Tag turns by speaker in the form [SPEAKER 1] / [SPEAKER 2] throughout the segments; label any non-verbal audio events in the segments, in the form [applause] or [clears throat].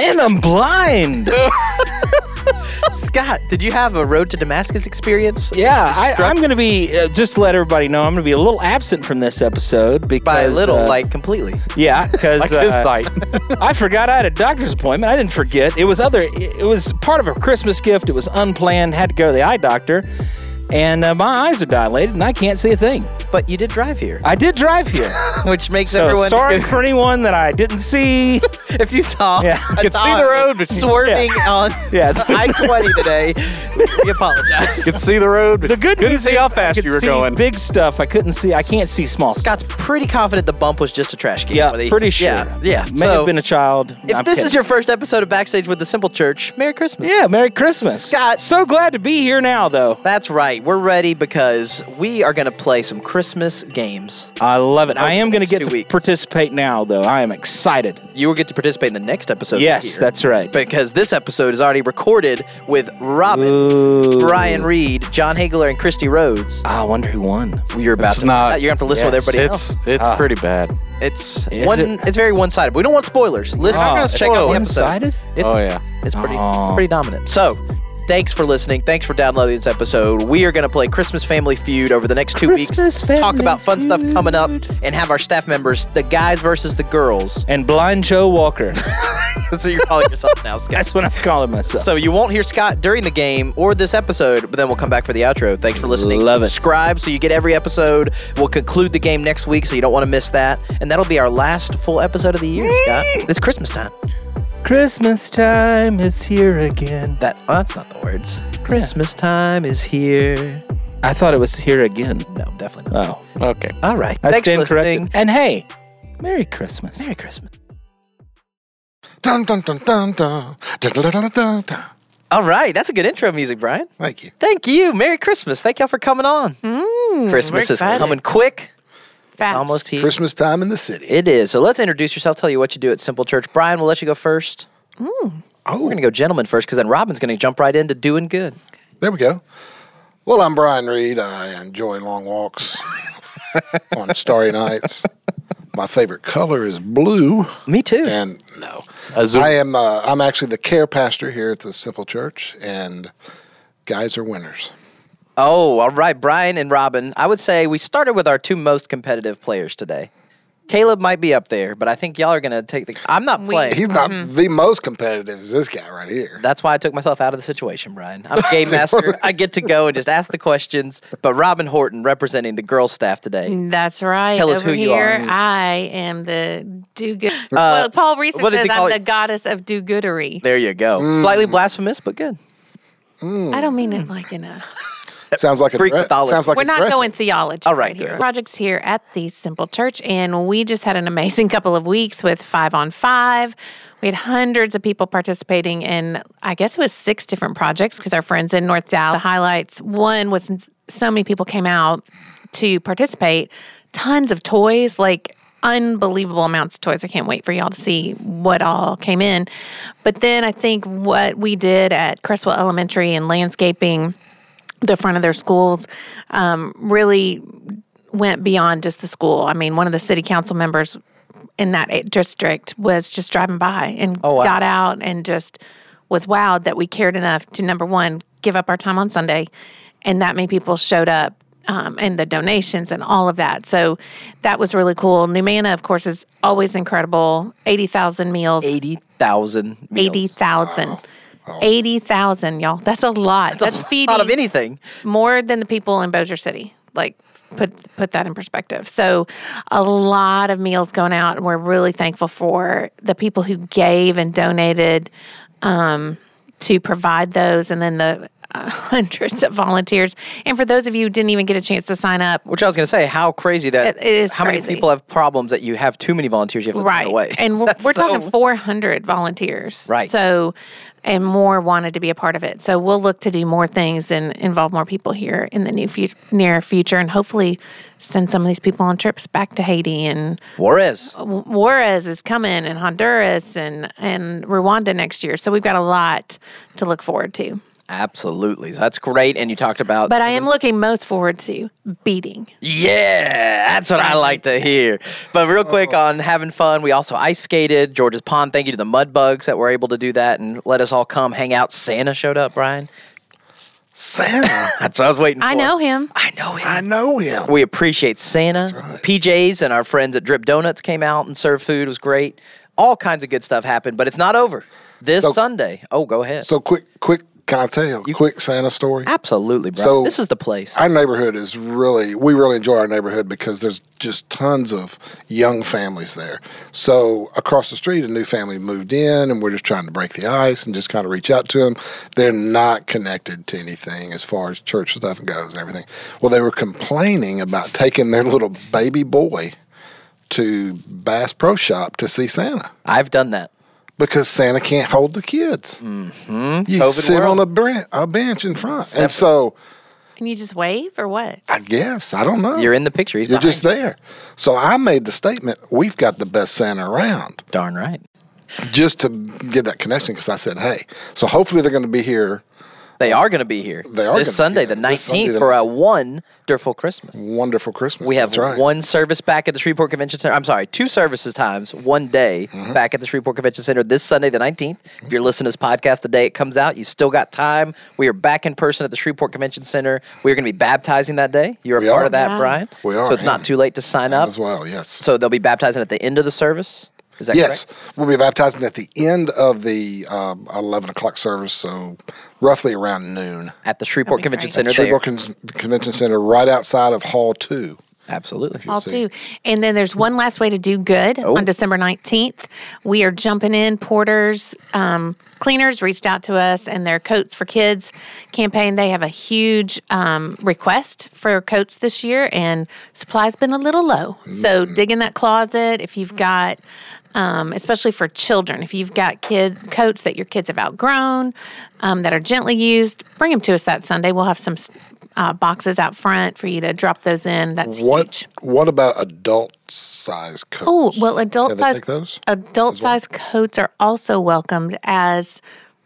[SPEAKER 1] And I'm blind. Scott, did you have a road to Damascus experience?
[SPEAKER 2] Yeah, I,
[SPEAKER 1] Struck-
[SPEAKER 2] I'm going to be uh, just to let everybody know I'm going to be a little absent from this episode because
[SPEAKER 1] By a little,
[SPEAKER 2] uh, [laughs]
[SPEAKER 1] like completely.
[SPEAKER 2] yeah, because
[SPEAKER 3] Like
[SPEAKER 2] [laughs]
[SPEAKER 3] his site.
[SPEAKER 2] I forgot I had a doctor's appointment. I didn't forget. It was other. It was part of a Christmas gift. It was unplanned. Had to go to the eye doctor, and uh, my eyes are dilated, and I can't see a thing.
[SPEAKER 1] But you did drive here,
[SPEAKER 2] I did drive
[SPEAKER 1] [laughs]
[SPEAKER 2] here,
[SPEAKER 1] which makes
[SPEAKER 2] so
[SPEAKER 1] everyone.
[SPEAKER 2] sorry for anyone that I didn't
[SPEAKER 1] [laughs]
[SPEAKER 2] see.
[SPEAKER 1] If you saw
[SPEAKER 2] [laughs] Yeah,
[SPEAKER 1] a
[SPEAKER 3] could see
[SPEAKER 1] dog
[SPEAKER 3] the road, but-
[SPEAKER 1] swerving
[SPEAKER 2] [laughs]
[SPEAKER 1] on
[SPEAKER 2] Yeah.
[SPEAKER 1] I twenty today, we apologize.
[SPEAKER 2] [laughs]
[SPEAKER 3] could see the road. But
[SPEAKER 2] The good
[SPEAKER 3] couldn't
[SPEAKER 2] news
[SPEAKER 3] see
[SPEAKER 2] is
[SPEAKER 3] how
[SPEAKER 2] I
[SPEAKER 3] fast
[SPEAKER 2] could
[SPEAKER 3] you were
[SPEAKER 2] see
[SPEAKER 3] going.
[SPEAKER 2] Big stuff. I couldn't see. I can't see small. stuff.
[SPEAKER 1] Scott's pretty confident the bump was just a trash can.
[SPEAKER 2] Yeah,
[SPEAKER 1] where they-
[SPEAKER 2] pretty sure.
[SPEAKER 1] Yeah, yeah.
[SPEAKER 2] May
[SPEAKER 1] so
[SPEAKER 2] have been a child.
[SPEAKER 1] if
[SPEAKER 2] I'm
[SPEAKER 1] this
[SPEAKER 2] kidding.
[SPEAKER 1] is your first episode of Backstage with the Simple Church, Merry Christmas.
[SPEAKER 2] yeah, Merry Christmas,
[SPEAKER 1] Scott.
[SPEAKER 2] So glad to be here now, though.
[SPEAKER 1] That's right. We're ready because we are going to play some Christmas games.
[SPEAKER 2] I love it. I am going to
[SPEAKER 1] two
[SPEAKER 2] get to
[SPEAKER 1] weeks.
[SPEAKER 2] participate now, though. I am excited.
[SPEAKER 1] You will get to participate in the next episode.
[SPEAKER 2] Yes,
[SPEAKER 1] here.
[SPEAKER 2] that's right.
[SPEAKER 1] Because this episode is already recorded with Robin, Brian Reed, John Hagler, and Christy Rhodes.
[SPEAKER 2] Ah, I wonder who won.
[SPEAKER 1] You're about
[SPEAKER 3] It's
[SPEAKER 1] to.
[SPEAKER 3] not-
[SPEAKER 1] You're going to have to listen with
[SPEAKER 3] It's
[SPEAKER 1] everybody else.
[SPEAKER 3] it's, pretty bad.
[SPEAKER 1] It's
[SPEAKER 2] Is
[SPEAKER 1] one.
[SPEAKER 2] it?
[SPEAKER 1] It's very one-sided. We don't want spoilers. Listen,
[SPEAKER 2] not gonna
[SPEAKER 1] check out
[SPEAKER 3] spoil
[SPEAKER 1] the
[SPEAKER 3] it.
[SPEAKER 1] episode.
[SPEAKER 2] One-sided? Oh.
[SPEAKER 1] It's,
[SPEAKER 3] Oh yeah.
[SPEAKER 1] it's pretty. It's
[SPEAKER 2] Aw.
[SPEAKER 1] pretty dominant. So, thanks for listening. Thanks for downloading this episode. We are going to play Christmas Family Feud over the next two
[SPEAKER 2] Christmas
[SPEAKER 1] weeks. Talk
[SPEAKER 2] Family
[SPEAKER 1] about fun stuff coming up,
[SPEAKER 2] Feud.
[SPEAKER 1] and have our staff members, the guys versus the girls. [laughs]
[SPEAKER 2] And Blind Joe Walker. [laughs]
[SPEAKER 1] so you're calling yourself now, Scott.
[SPEAKER 2] That's what I'm calling myself.
[SPEAKER 1] So you won't hear Scott during the game or this episode, but then we'll come back for the outro. Thanks for listening.
[SPEAKER 2] Love it.
[SPEAKER 1] Subscribe so you get every episode. We'll conclude the game next week, so you don't want to miss that. And that'll be our last full episode of the year, Scott. It's Christmas time.
[SPEAKER 2] Christmas time is here again.
[SPEAKER 1] That well, that's not the words. Christmas time is here.
[SPEAKER 2] I thought it was here again.
[SPEAKER 1] No, definitely not.
[SPEAKER 2] Oh,
[SPEAKER 3] Okay.
[SPEAKER 1] All right.
[SPEAKER 2] I
[SPEAKER 1] Thanks for
[SPEAKER 2] stand
[SPEAKER 1] listening.
[SPEAKER 2] corrected. And hey, Merry Christmas.
[SPEAKER 1] Merry Christmas.
[SPEAKER 4] Dun dun dun dun dun dun dun dun dun. dun.
[SPEAKER 1] All right, that's a good intro music, Brian.
[SPEAKER 4] Thank you.
[SPEAKER 1] Thank you. Merry Christmas. Thank y'all for coming on. Christmas
[SPEAKER 5] Mm, we're
[SPEAKER 1] is
[SPEAKER 5] excited.
[SPEAKER 1] coming quick.
[SPEAKER 5] Fast.
[SPEAKER 1] Almost here.
[SPEAKER 4] Christmas time in the city.
[SPEAKER 1] It is. So let's introduce yourself. Tell you what you do at Simple Church. Brian, we'll let you go first.
[SPEAKER 4] Oh.
[SPEAKER 1] We're going to go gentleman first because then Robin's going to jump right into doing good.
[SPEAKER 4] There we go. Well, I'm Brian Reed. I enjoy long walks on starry nights. My favorite color is blue.
[SPEAKER 1] Me too.
[SPEAKER 4] And no,
[SPEAKER 3] Azul.
[SPEAKER 4] I am. Uh, I'm actually the care pastor here at the Simple Church, and guys are winners.
[SPEAKER 1] Oh, all right. Brian and Robin, I would say we started with our two most competitive players today. Caleb might be up there, but I think y'all are going to take the. I'm not playing.
[SPEAKER 4] He's not the most competitive. Is this guy right here?
[SPEAKER 1] That's why I took myself out of the situation, Brian. I'm game master. I get to go and just ask the questions. But Robin Horton representing the girls' staff today.
[SPEAKER 5] That's right.
[SPEAKER 1] Tell us
[SPEAKER 5] Over
[SPEAKER 1] who you
[SPEAKER 5] here,
[SPEAKER 1] are. Uh,
[SPEAKER 5] I am the do good. well, Paul Reese
[SPEAKER 1] what does
[SPEAKER 5] says
[SPEAKER 1] he call
[SPEAKER 5] I'm
[SPEAKER 1] it?
[SPEAKER 5] the goddess of do goodery.
[SPEAKER 1] There you go. Slightly blasphemous, but good.
[SPEAKER 5] I don't mean it like in a.
[SPEAKER 4] sounds like a
[SPEAKER 1] Greek
[SPEAKER 4] dre-
[SPEAKER 1] mythology.
[SPEAKER 4] sounds like
[SPEAKER 5] We're
[SPEAKER 4] a
[SPEAKER 5] not
[SPEAKER 4] dress-
[SPEAKER 5] going theology.
[SPEAKER 1] All right,
[SPEAKER 5] here.
[SPEAKER 1] good.
[SPEAKER 5] Projects here at the Simple Church, and we just had an amazing [laughs] couple of weeks with five on five. We had hundreds of people participating in, I guess it was six different projects because our friends in North Dallas. The highlights one was since so many people came out to participate. Tons of toys, like unbelievable amounts of toys. I can't wait for y'all to see what all came in. But then I think what we did at Crestwell Elementary and landscaping the front of their schools um, really went beyond just the school. I mean, one of the city council members in that a- district was just driving by and
[SPEAKER 1] wow.
[SPEAKER 5] got out and just was wowed that we cared enough to number one give up our time on Sunday, and that many people showed up. Um, and the donations and all of that. So that was really cool. Numana, of course, is always incredible. 80,000 meals.
[SPEAKER 1] 80,000 meals.
[SPEAKER 5] 80,000. 80,000, y'all. That's a lot. That's, feeding
[SPEAKER 1] Not of anything.
[SPEAKER 5] more than the people in Bossier City. Like put put that in perspective. So a lot of meals going out and we're really thankful for the people who gave and donated um, to provide those and then the uh, [laughs] hundreds of volunteers. And for those of you who didn't even get a chance to sign up,
[SPEAKER 1] Which I was going to say, how crazy that
[SPEAKER 5] It- it is
[SPEAKER 1] How
[SPEAKER 5] crazy.
[SPEAKER 1] many people have problems that you have too many volunteers you have to
[SPEAKER 5] right
[SPEAKER 1] turn away? [laughs]
[SPEAKER 5] and we're,
[SPEAKER 1] That's
[SPEAKER 5] we're
[SPEAKER 1] so-
[SPEAKER 5] talking 400 volunteers
[SPEAKER 1] Right.
[SPEAKER 5] so and more wanted to be a part of it so we'll look to do more things and involve more people here in the new future near future and hopefully send some of these people on trips back to haiti and
[SPEAKER 1] Juarez.
[SPEAKER 5] W- juarez is coming and honduras and and rwanda next year so we've got a lot to look forward to
[SPEAKER 1] Absolutely. So that's great. And you talked about
[SPEAKER 5] But I am looking most forward to beating.
[SPEAKER 1] Yeah, that's what I like to hear. But real quick on having fun, we also ice skated George's Pond. Thank you to the Mud Bugs that were able to do that and let us all come hang out. Santa showed up, Brian.
[SPEAKER 4] Santa.
[SPEAKER 1] [laughs] That's what I was waiting for.
[SPEAKER 5] I know him.
[SPEAKER 1] I know him.
[SPEAKER 4] I know him.
[SPEAKER 1] We appreciate Santa. PJs and our friends at Drip Donuts came out and served food. It was great. All kinds of good stuff happened, but it's not over. This
[SPEAKER 4] So-
[SPEAKER 1] Sunday. Oh, go ahead.
[SPEAKER 4] So quick, quick. Can I tell quick Santa story?
[SPEAKER 1] Absolutely, Brian.
[SPEAKER 4] So-
[SPEAKER 1] this is the place.
[SPEAKER 4] Our neighborhood is really, we really enjoy our neighborhood because there's just tons of young families there. So across the street, a new family moved in, and we're just trying to break the ice and just kind of reach out to them. They're not connected to anything as far as church stuff goes and everything. Well, they were complaining about taking their little baby boy to Bass Pro Shop to see Santa
[SPEAKER 1] I've done that.
[SPEAKER 4] because Santa can't hold the kids. Mm-hmm. You
[SPEAKER 1] COVID
[SPEAKER 4] sit
[SPEAKER 1] world.
[SPEAKER 4] on a, bran- a bench in front,
[SPEAKER 1] Separate.
[SPEAKER 4] and so.
[SPEAKER 5] And you just wave or what?
[SPEAKER 4] I guess I don't know.
[SPEAKER 1] You're in the picture. He's
[SPEAKER 4] You're
[SPEAKER 1] behind
[SPEAKER 4] just
[SPEAKER 1] you.
[SPEAKER 4] there. So I made the statement, we've got the best Santa around,
[SPEAKER 1] Darn right.
[SPEAKER 4] just to get that connection because I said, hey. So hopefully they're going to be here
[SPEAKER 1] They are going to be here.
[SPEAKER 4] They are gonna be
[SPEAKER 1] this Sunday,
[SPEAKER 4] here.
[SPEAKER 1] the
[SPEAKER 4] This Sunday,
[SPEAKER 1] nineteenth,
[SPEAKER 4] the-
[SPEAKER 1] for a wonderful Christmas.
[SPEAKER 4] wonderful Christmas.
[SPEAKER 1] We have
[SPEAKER 4] That's right.
[SPEAKER 1] one service back at the Shreveport Convention Center. I'm sorry, two services times, one day
[SPEAKER 4] Mm-hmm.
[SPEAKER 1] back at the Shreveport Convention Center this Sunday, the 19th. If you're listening to this podcast the day it comes out, you still got time. We are back in person at the Shreveport Convention Center. We are going to be baptizing that day. You're a
[SPEAKER 4] We
[SPEAKER 1] part
[SPEAKER 4] are.
[SPEAKER 1] of that,
[SPEAKER 5] Wow.
[SPEAKER 1] Brian.
[SPEAKER 4] We are,
[SPEAKER 1] So it's not
[SPEAKER 4] yeah.
[SPEAKER 1] too late to sign up.
[SPEAKER 4] as well, yes.
[SPEAKER 1] So they'll be baptizing at the end of the service. Is that
[SPEAKER 4] yes,
[SPEAKER 1] correct?
[SPEAKER 4] we'll be baptizing at the end of the um, 11 o'clock service, so roughly around noon.
[SPEAKER 1] At the Shreveport
[SPEAKER 5] be
[SPEAKER 1] Convention
[SPEAKER 5] great.
[SPEAKER 1] Center. there.
[SPEAKER 4] Shreveport Con- Convention Center, right outside of Hall 2.
[SPEAKER 1] Absolutely.
[SPEAKER 5] All
[SPEAKER 4] see. Oh.
[SPEAKER 5] two. And then there's one last way to do good on December 19th. We are jumping in. Porters, um, cleaners reached out to us and their Coats for Kids campaign. They have a huge um, request for coats this year, and supply's been a little low. So
[SPEAKER 4] Mm-hmm.
[SPEAKER 5] dig in that closet if you've got. Um, especially for children, if you've got kid coats that your kids have outgrown, um, that are gently used, bring them to us that Sunday. We'll have some uh, boxes out front for you to drop those in. That's
[SPEAKER 4] What
[SPEAKER 5] huge.
[SPEAKER 4] What about adult size coats?
[SPEAKER 5] Oh well, adult
[SPEAKER 4] Can they
[SPEAKER 5] size
[SPEAKER 4] take those?
[SPEAKER 5] adult size coats are also welcomed as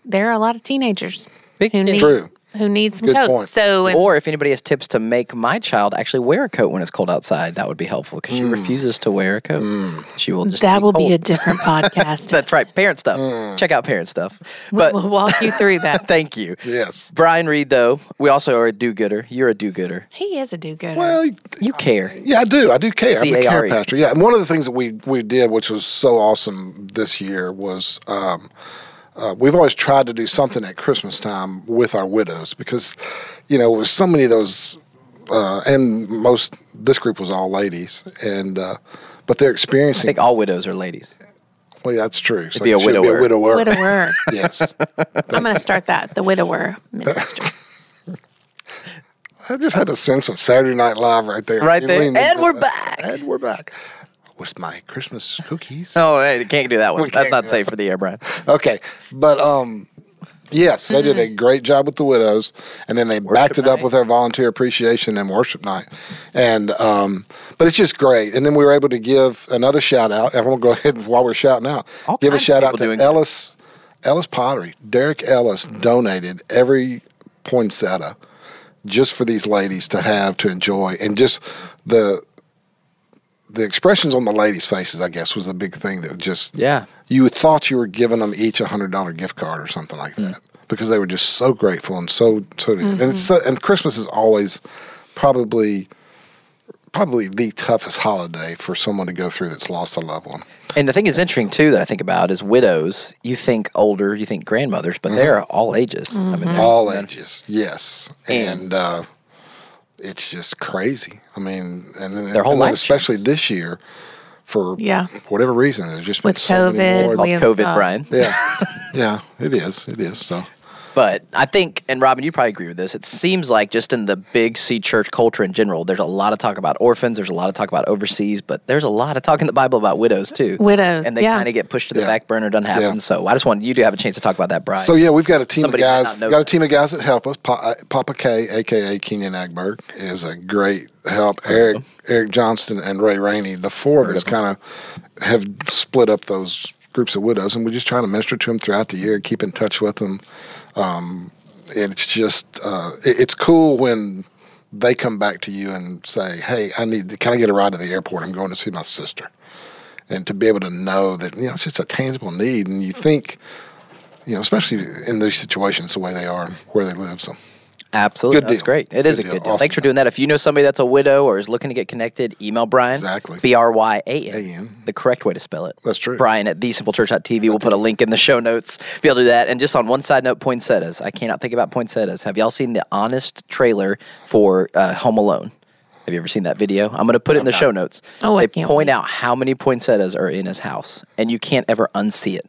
[SPEAKER 5] there are a lot of teenagers
[SPEAKER 1] Big
[SPEAKER 5] who
[SPEAKER 1] kids.
[SPEAKER 5] need
[SPEAKER 4] True.
[SPEAKER 5] who need some
[SPEAKER 4] Good
[SPEAKER 5] coats.
[SPEAKER 4] point.
[SPEAKER 5] So and
[SPEAKER 1] Or if anybody has tips to make my child actually wear a coat when it's cold outside, that would be helpful because
[SPEAKER 4] Mm.
[SPEAKER 1] she refuses to wear a coat. She will just
[SPEAKER 5] that will be a
[SPEAKER 1] cold.
[SPEAKER 4] [laughs]
[SPEAKER 5] different podcast.
[SPEAKER 1] That's right, parent stuff. Check out parent stuff. But
[SPEAKER 5] we'll walk you through that.
[SPEAKER 1] [laughs] thank you.
[SPEAKER 4] Yes.
[SPEAKER 1] Brian Reed, though, we also are a do gooder. You're a do gooder.
[SPEAKER 5] he is a do gooder.
[SPEAKER 4] Well,
[SPEAKER 1] You care.
[SPEAKER 4] Yeah, I do. I do care. I'm the
[SPEAKER 1] C.A.R.E..
[SPEAKER 4] care pastor. Yeah, and one of the things that we we did, which was so awesome this year, was um, uh, we've always tried to do something at Christmas time with our widows because, you know, with so many of those, uh, and most this group was all ladies, and uh, but they're
[SPEAKER 1] I
[SPEAKER 4] experiencing.
[SPEAKER 1] think all widows are ladies.
[SPEAKER 4] well, that's true. So
[SPEAKER 1] be a
[SPEAKER 4] you should
[SPEAKER 1] widower.
[SPEAKER 4] widower. [laughs]
[SPEAKER 5] widower.
[SPEAKER 4] yes,
[SPEAKER 5] I'm going to start that. The widower
[SPEAKER 4] [laughs]
[SPEAKER 5] minister.
[SPEAKER 4] I just had a sense of Saturday Night Live right there.
[SPEAKER 1] Right
[SPEAKER 4] You
[SPEAKER 1] there.
[SPEAKER 4] leaned into
[SPEAKER 1] And we're
[SPEAKER 4] that.
[SPEAKER 1] back.
[SPEAKER 4] And we're back with my Christmas cookies.
[SPEAKER 1] Oh, hey, can't do that one.
[SPEAKER 4] We
[SPEAKER 1] That's
[SPEAKER 4] can't
[SPEAKER 1] not
[SPEAKER 4] do
[SPEAKER 1] safe for the air, Brian.
[SPEAKER 4] [laughs] Okay, but um, yes, they did a great job with the widows, and then they backed it up
[SPEAKER 1] Hmm. night.
[SPEAKER 4] with our volunteer appreciation and worship night, and um, but it's just great. And then we were able to give another shout out. And we'll go [laughs] ahead while we're shouting out,
[SPEAKER 1] All
[SPEAKER 4] give a
[SPEAKER 1] kinds of
[SPEAKER 4] shout out
[SPEAKER 1] people
[SPEAKER 4] to
[SPEAKER 1] doing good. Hmm.
[SPEAKER 4] Ellis, Ellis Pottery. Derek Ellis donated every poinsettia just for these ladies to have to enjoy, and just the. The expressions on the ladies' faces, I guess, was the big thing that just
[SPEAKER 1] Yeah.
[SPEAKER 4] you would thought you were giving them each a hundred dollar gift card or something like
[SPEAKER 1] Mm.
[SPEAKER 4] that because they were just so grateful and so so and it's
[SPEAKER 5] Mm-hmm.
[SPEAKER 4] so, and Christmas is always probably probably the toughest holiday for someone to go through that's lost a loved one.
[SPEAKER 1] And the thing that's interesting too that I think about is widows. You think older, you think grandmothers, but they're all ages. I
[SPEAKER 5] Mm-hmm.
[SPEAKER 1] mean, they're-
[SPEAKER 4] All ages, yes,
[SPEAKER 1] Mm-hmm. And-
[SPEAKER 4] and, uh, it's just crazy. I mean, and, and
[SPEAKER 1] Their whole
[SPEAKER 4] and then
[SPEAKER 1] life
[SPEAKER 4] especially this year for
[SPEAKER 5] Yeah.
[SPEAKER 4] whatever reason, there's just been
[SPEAKER 5] With
[SPEAKER 4] so many
[SPEAKER 5] COVID,
[SPEAKER 4] more.
[SPEAKER 5] we-
[SPEAKER 1] COVID,
[SPEAKER 5] Uh,
[SPEAKER 1] Brian.
[SPEAKER 4] yeah, yeah, it is, it is. So
[SPEAKER 1] But I think, and Robin, you probably agree with this. It seems like just in the big C church culture in general, there's a lot of talk about orphans. There's a lot of talk about overseas, but there's a lot of talk in the Bible about widows too.
[SPEAKER 5] Widows,
[SPEAKER 1] and they
[SPEAKER 5] yeah.
[SPEAKER 1] kind of get pushed to the
[SPEAKER 4] Yeah.
[SPEAKER 1] back burner. Doesn't happen.
[SPEAKER 4] Yeah.
[SPEAKER 1] So I just wanted you to have a chance to talk about that, Brian.
[SPEAKER 4] So yeah, we've got a team
[SPEAKER 1] Somebody
[SPEAKER 4] of
[SPEAKER 1] might
[SPEAKER 4] guys.
[SPEAKER 1] not know
[SPEAKER 4] Got a
[SPEAKER 1] that.
[SPEAKER 4] team of guys that help us. Pa- uh, Papa K, aka Kenyon Agberg, is a great help. Eric Eric Johnston and Ray Rainey, the four of us, kind of have split up those groups of widows, and we're just trying to minister to them throughout the year, keep in touch with them. Um, and it's just uh, it- it's cool when they come back to you and say, "Hey, I need to, can I get a ride to the airport? I'm going to see my sister," and to be able to know that you know it's just a tangible need, and you think. You know, especially in these situations, the way they are, and where they live. So,
[SPEAKER 1] Absolutely.
[SPEAKER 4] Good
[SPEAKER 1] that's
[SPEAKER 4] deal.
[SPEAKER 1] great. It is
[SPEAKER 4] Good
[SPEAKER 1] a
[SPEAKER 4] deal.
[SPEAKER 1] good deal.
[SPEAKER 4] Awesome
[SPEAKER 1] Thanks for
[SPEAKER 4] deal.
[SPEAKER 1] doing that. If you know somebody that's a widow or is looking to get connected, email Brian.
[SPEAKER 4] Exactly.
[SPEAKER 1] B R Y A
[SPEAKER 4] A-N.
[SPEAKER 1] N. The correct way to spell it.
[SPEAKER 4] That's true.
[SPEAKER 1] Brian at thesimplechurch.tv. We'll put a link in the show notes. Be able to do that. And just on one side note, poinsettias. I cannot think about poinsettias. Have y'all seen the honest trailer for uh, Home Alone? Have you ever seen that video? I'm going to put it in the show notes.
[SPEAKER 5] Oh, I
[SPEAKER 1] they
[SPEAKER 5] can't
[SPEAKER 1] point
[SPEAKER 5] wait.
[SPEAKER 1] out how many poinsettias are in his house, and you can't ever unsee it.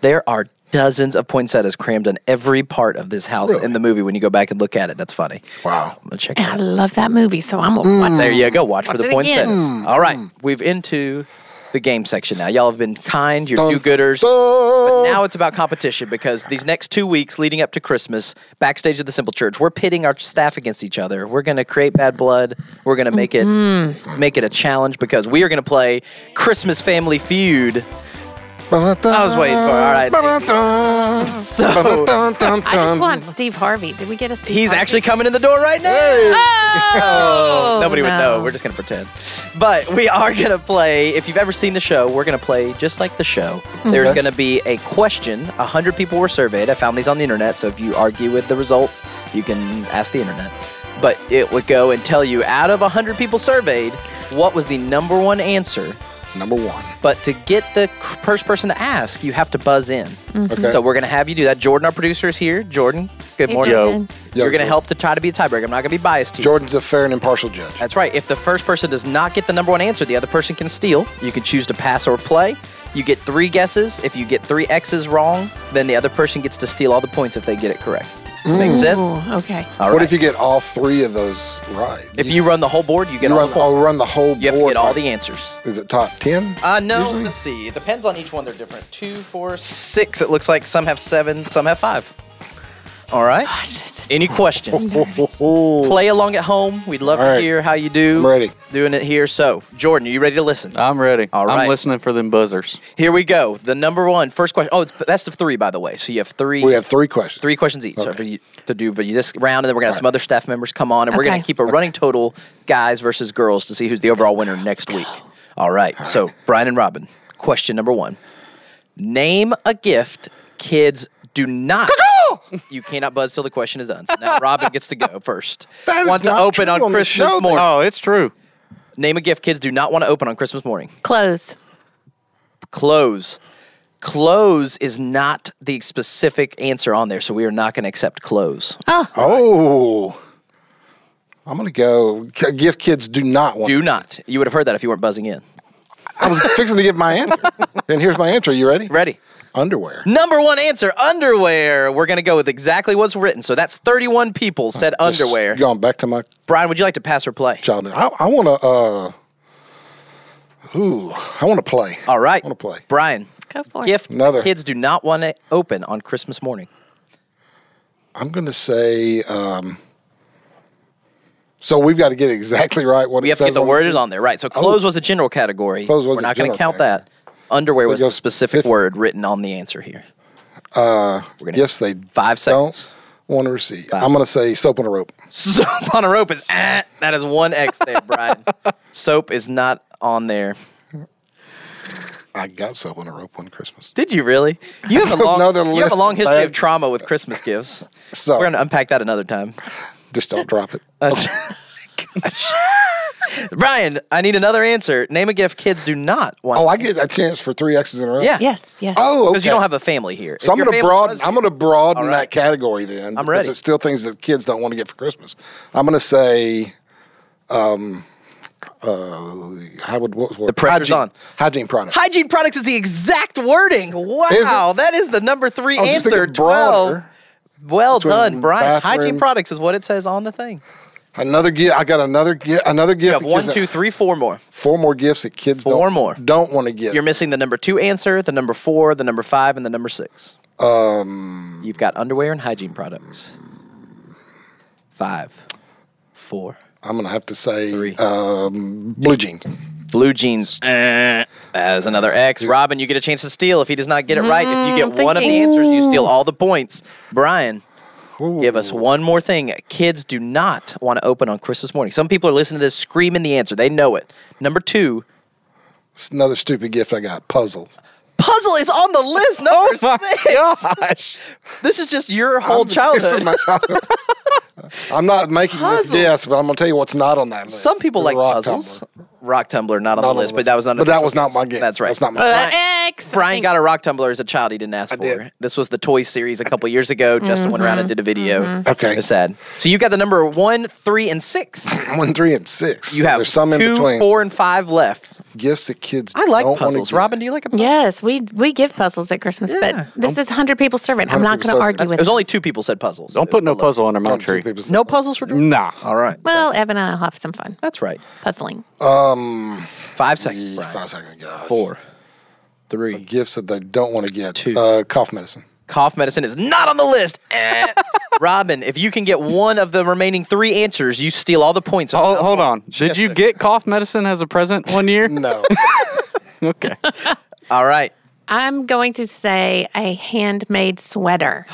[SPEAKER 1] There are dozens of poinsettias crammed in every part of this house
[SPEAKER 4] Really?
[SPEAKER 1] in the movie when you go back and look at it. That's funny.
[SPEAKER 4] wow.
[SPEAKER 1] I'm gonna check it
[SPEAKER 5] And I
[SPEAKER 1] out.
[SPEAKER 5] love that movie, so I'm gonna
[SPEAKER 4] Mm.
[SPEAKER 5] watch
[SPEAKER 1] There
[SPEAKER 5] it.
[SPEAKER 1] you go. Watch,
[SPEAKER 5] Watch
[SPEAKER 1] for the
[SPEAKER 5] it again.
[SPEAKER 1] poinsettias.
[SPEAKER 4] Hmm.
[SPEAKER 1] All right, we've into the game section now. Y'all have been kind. You're
[SPEAKER 4] Dun,
[SPEAKER 1] do-gooders.
[SPEAKER 4] dun.
[SPEAKER 1] But now it's about competition because these next two weeks leading up to Christmas, backstage at the Simple Church, we're pitting our staff against each other. We're going to create bad blood. We're going to make it make it a challenge because we are going to play Christmas Family Feud.
[SPEAKER 4] I
[SPEAKER 1] was waiting for it. All right. [laughs] So
[SPEAKER 5] I just want Steve Harvey. Did we get a Steve?
[SPEAKER 1] he's
[SPEAKER 5] Harvey?
[SPEAKER 1] actually
[SPEAKER 4] [laughs]
[SPEAKER 1] coming in the door right now.
[SPEAKER 5] Oh,
[SPEAKER 1] Nobody would
[SPEAKER 5] no.
[SPEAKER 1] know. We're just going to pretend. But we are going to play, if you've ever seen the show, we're going to play just like the show. There's going to be a question. 100 people were surveyed. I found these on the internet. So if you argue with the results, you can ask the internet. But it would go and tell you out of 100 people surveyed, what was the number one answer
[SPEAKER 4] Number one.
[SPEAKER 1] but to get the c- first person to ask, you have to buzz in.
[SPEAKER 5] Mm-hmm.
[SPEAKER 4] Okay.
[SPEAKER 1] So we're going to have you do that. Jordan, our producer, is here. Jordan, good
[SPEAKER 5] Hey,
[SPEAKER 1] morning.
[SPEAKER 5] Jordan.
[SPEAKER 4] Yo.
[SPEAKER 1] You're going to
[SPEAKER 4] Yo,
[SPEAKER 1] help to try to be a tiebreaker. I'm not going to be biased to you.
[SPEAKER 4] Jordan's a fair and impartial judge.
[SPEAKER 1] That's right. If the first person does not get the number one answer, the other person can steal. You can choose to pass or play. You get three guesses. If you get three X's wrong, then the other person gets to steal all the points if they get it correct. Makes sense? All
[SPEAKER 5] Ooh, okay.
[SPEAKER 1] right.
[SPEAKER 4] what if you get all three of those right?
[SPEAKER 1] If you run the whole board, you get
[SPEAKER 4] You
[SPEAKER 1] all
[SPEAKER 4] run,
[SPEAKER 1] the
[SPEAKER 4] I'll
[SPEAKER 1] points.
[SPEAKER 4] run the whole
[SPEAKER 1] You have to
[SPEAKER 4] board.
[SPEAKER 1] get all
[SPEAKER 4] right?
[SPEAKER 1] the answers.
[SPEAKER 4] Is it top ten?
[SPEAKER 1] Uh, no, let's see. It depends on each one. They're different. Two, four, six. It looks like some have seven, some have five. All right.
[SPEAKER 5] Gosh, this is-
[SPEAKER 1] Any questions?
[SPEAKER 4] Ooh.
[SPEAKER 1] Play along at home. We'd love
[SPEAKER 4] Oh, All
[SPEAKER 1] to
[SPEAKER 4] right.
[SPEAKER 1] hear how you do.
[SPEAKER 4] I'm ready.
[SPEAKER 1] Doing it here. So, Jordan, are you ready to listen?
[SPEAKER 3] I'm ready.
[SPEAKER 1] All right.
[SPEAKER 3] I'm listening for them buzzers.
[SPEAKER 1] here we go. The number one first question. Oh, it's, that's the three, by the way. So you have three.
[SPEAKER 4] We have three questions.
[SPEAKER 1] three questions each so you, to do but you this round, and then we're gonna have some other staff members come on, and we're gonna
[SPEAKER 5] Okay.
[SPEAKER 1] keep a running total, guys versus girls, to see who's the overall winner next week. All right. So Brian and Robin, question number one: Name a gift kids do not. You cannot buzz till the question is done. So now Robin gets to
[SPEAKER 4] [laughs]
[SPEAKER 1] go first.
[SPEAKER 4] That is
[SPEAKER 1] want to
[SPEAKER 4] not
[SPEAKER 1] open
[SPEAKER 4] true
[SPEAKER 1] on
[SPEAKER 4] on the
[SPEAKER 1] Christmas
[SPEAKER 4] show,
[SPEAKER 1] morning?
[SPEAKER 3] Oh, it's true.
[SPEAKER 1] Name a gift kids do not want to open on Christmas morning.
[SPEAKER 5] Close.
[SPEAKER 1] Clothes. Clothes is not the specific answer on there, so we are not going to accept clothes.
[SPEAKER 4] Oh. I'm gonna go. K- Gift kids do not want.
[SPEAKER 1] Do not. You would have heard that if you weren't buzzing in.
[SPEAKER 4] I was fixing to give my
[SPEAKER 1] [laughs]
[SPEAKER 4] answer, and here's my answer. You ready?
[SPEAKER 1] Ready?
[SPEAKER 4] Underwear.
[SPEAKER 1] Number one answer underwear. We're going to go with exactly what's written. So that's 31 people said underwear.
[SPEAKER 4] Just Going back to my
[SPEAKER 1] Brian, would you like to pass or play?
[SPEAKER 4] childhood. I, I want to. Uh, ooh, I want to play.
[SPEAKER 1] All right.
[SPEAKER 4] I want to play.
[SPEAKER 1] Brian.
[SPEAKER 5] Go for it.
[SPEAKER 1] Gift
[SPEAKER 4] Another.
[SPEAKER 1] kids do not want to open on Christmas morning.
[SPEAKER 4] I'm going to say. Um, so we've got to get exactly right what
[SPEAKER 1] We
[SPEAKER 4] it
[SPEAKER 1] have to get
[SPEAKER 4] says
[SPEAKER 1] the
[SPEAKER 4] on
[SPEAKER 1] worded on there. Right. So clothes was a general category.
[SPEAKER 4] Clothes was
[SPEAKER 1] We're
[SPEAKER 4] a
[SPEAKER 1] not going to
[SPEAKER 4] general
[SPEAKER 1] count
[SPEAKER 4] category.
[SPEAKER 1] that. Underwear was
[SPEAKER 4] go
[SPEAKER 1] the specific,
[SPEAKER 4] specific.
[SPEAKER 1] word written on the answer here.
[SPEAKER 4] We're gonna yes, they
[SPEAKER 1] Five seconds.
[SPEAKER 4] don't want to receive. i I'm going to say soap on a rope.
[SPEAKER 1] Soap on a rope
[SPEAKER 4] [laughs]
[SPEAKER 1] is ah, that is one X there, Brian. Soap is not on there.
[SPEAKER 4] I got soap on a rope one Christmas.
[SPEAKER 1] Did you really? You have a
[SPEAKER 4] That's
[SPEAKER 1] long,
[SPEAKER 4] another
[SPEAKER 1] you have a
[SPEAKER 4] list
[SPEAKER 1] long
[SPEAKER 4] of
[SPEAKER 1] history
[SPEAKER 4] bad-
[SPEAKER 1] of trauma with Christmas gifts.
[SPEAKER 4] [laughs] So-
[SPEAKER 1] We're going to unpack that another
[SPEAKER 4] [laughs]
[SPEAKER 1] time.
[SPEAKER 4] Just don't drop it.
[SPEAKER 1] That's- [laughs] Gosh. Brian, I need another answer. Name a gift kids do not want.
[SPEAKER 4] Oh, I get a chance for three X's in a row.
[SPEAKER 1] yeah.
[SPEAKER 5] Yes. Yes.
[SPEAKER 4] Oh, okay.
[SPEAKER 1] Because you don't have a family here.
[SPEAKER 4] so I'm
[SPEAKER 1] If your
[SPEAKER 4] going to
[SPEAKER 1] family
[SPEAKER 4] broaden.
[SPEAKER 1] was
[SPEAKER 4] I'm
[SPEAKER 1] here-
[SPEAKER 4] going to broaden
[SPEAKER 1] All right.
[SPEAKER 4] that category then. because
[SPEAKER 1] ready.
[SPEAKER 4] It's still things that kids don't want to get for Christmas. I'm going to say, um, uh, how would what was the
[SPEAKER 1] pressure's
[SPEAKER 4] hygiene,
[SPEAKER 1] on.
[SPEAKER 4] hygiene products?
[SPEAKER 1] Hygiene products is the exact wording. Wow.
[SPEAKER 4] it?
[SPEAKER 1] that is the number three
[SPEAKER 4] I was just
[SPEAKER 1] answer.
[SPEAKER 4] thinking broader.
[SPEAKER 1] 12. Well
[SPEAKER 4] Between
[SPEAKER 1] done, Brian. Hygiene
[SPEAKER 4] bathroom-
[SPEAKER 1] products is what it says on the thing.
[SPEAKER 4] Another gift. I got another gift. Another gift.
[SPEAKER 1] You have
[SPEAKER 4] that
[SPEAKER 1] one,
[SPEAKER 4] kids-
[SPEAKER 1] two, three, four more.
[SPEAKER 4] four more gifts that kids
[SPEAKER 1] Four
[SPEAKER 4] don't,
[SPEAKER 1] more.
[SPEAKER 4] don't want to get.
[SPEAKER 1] You're missing the number two answer, the number four, the number five, and the number six. Um, You've got underwear and hygiene products. Five, four,
[SPEAKER 4] I'm going to have to say
[SPEAKER 1] Three.
[SPEAKER 4] um, blue jeans.
[SPEAKER 1] blue jeans. eh, That is another X. Robin, you get a chance to steal if he does not get it right. If you get one of the
[SPEAKER 5] thinking.
[SPEAKER 1] answers, you steal all the points. Brian, Give us one more thing. Kids do not want to open on Christmas morning. Some people are listening to this screaming the answer. They know it. Number two,
[SPEAKER 4] It's another stupid gift I got. Puzzle.
[SPEAKER 1] puzzle is on the list. Number
[SPEAKER 2] my
[SPEAKER 1] six.
[SPEAKER 2] gosh.
[SPEAKER 1] [laughs] This is just your whole
[SPEAKER 4] This is
[SPEAKER 1] childhood.
[SPEAKER 4] my childhood. I'm not making this
[SPEAKER 1] Puzzle.
[SPEAKER 4] guess, but I'm gonna tell you what's not on that list.
[SPEAKER 1] Some people
[SPEAKER 4] The
[SPEAKER 1] like
[SPEAKER 4] rock
[SPEAKER 1] puzzles.
[SPEAKER 4] tumbler.
[SPEAKER 1] Rock tumbler not on
[SPEAKER 4] Not
[SPEAKER 1] the list, but that was not.
[SPEAKER 4] But that was not my guess.
[SPEAKER 1] That's right.
[SPEAKER 4] That's not my.
[SPEAKER 5] But
[SPEAKER 1] Brian got a rock tumbler as a child he didn't ask for.
[SPEAKER 4] did.
[SPEAKER 1] This was the toy series a couple years ago. Justin went around and did a video.
[SPEAKER 4] Okay.
[SPEAKER 1] It's sad. So you got the number one, three, and
[SPEAKER 4] [laughs]
[SPEAKER 1] six.
[SPEAKER 4] One, three, and six.
[SPEAKER 1] You have
[SPEAKER 4] There's some in
[SPEAKER 1] two,
[SPEAKER 4] between.
[SPEAKER 1] four, and five left.
[SPEAKER 4] Gifts that kids.
[SPEAKER 1] I like
[SPEAKER 4] don't wanna
[SPEAKER 1] puzzles.
[SPEAKER 4] get.
[SPEAKER 1] Robin, do you like a puzzle?
[SPEAKER 5] Yes, we we give puzzles at Christmas,
[SPEAKER 1] Yeah.
[SPEAKER 5] but this is hundred people serving.
[SPEAKER 4] 100
[SPEAKER 5] I'm not going
[SPEAKER 4] people
[SPEAKER 5] to
[SPEAKER 4] serving.
[SPEAKER 5] argue with.
[SPEAKER 1] There's
[SPEAKER 5] that.
[SPEAKER 1] only two people said puzzles.
[SPEAKER 3] Don't put no puzzle under my
[SPEAKER 4] Don't
[SPEAKER 3] tree.
[SPEAKER 4] treat people-
[SPEAKER 1] No puzzles for Jordan.
[SPEAKER 3] Nah.
[SPEAKER 1] All right.
[SPEAKER 5] well, Evan and I'll have some fun
[SPEAKER 1] That's right.
[SPEAKER 5] puzzling.
[SPEAKER 1] Five seconds. Brian.
[SPEAKER 4] Five seconds ago.
[SPEAKER 1] Four. Three.
[SPEAKER 4] Gifts that they don't want to get.
[SPEAKER 1] Two.
[SPEAKER 4] Uh, cough medicine.
[SPEAKER 1] Cough medicine is not on the list. Eh.
[SPEAKER 5] [laughs]
[SPEAKER 1] Robin, if you can get one of the remaining three answers, you steal all the
[SPEAKER 5] Oh.
[SPEAKER 1] points.
[SPEAKER 3] Hold, hold on. Did you get cough medicine as a present one
[SPEAKER 1] [laughs]
[SPEAKER 3] year?
[SPEAKER 4] No.
[SPEAKER 3] [laughs] okay.
[SPEAKER 1] All right.
[SPEAKER 5] I'm going to say a
[SPEAKER 1] [gasps]
[SPEAKER 5] handmade sweater.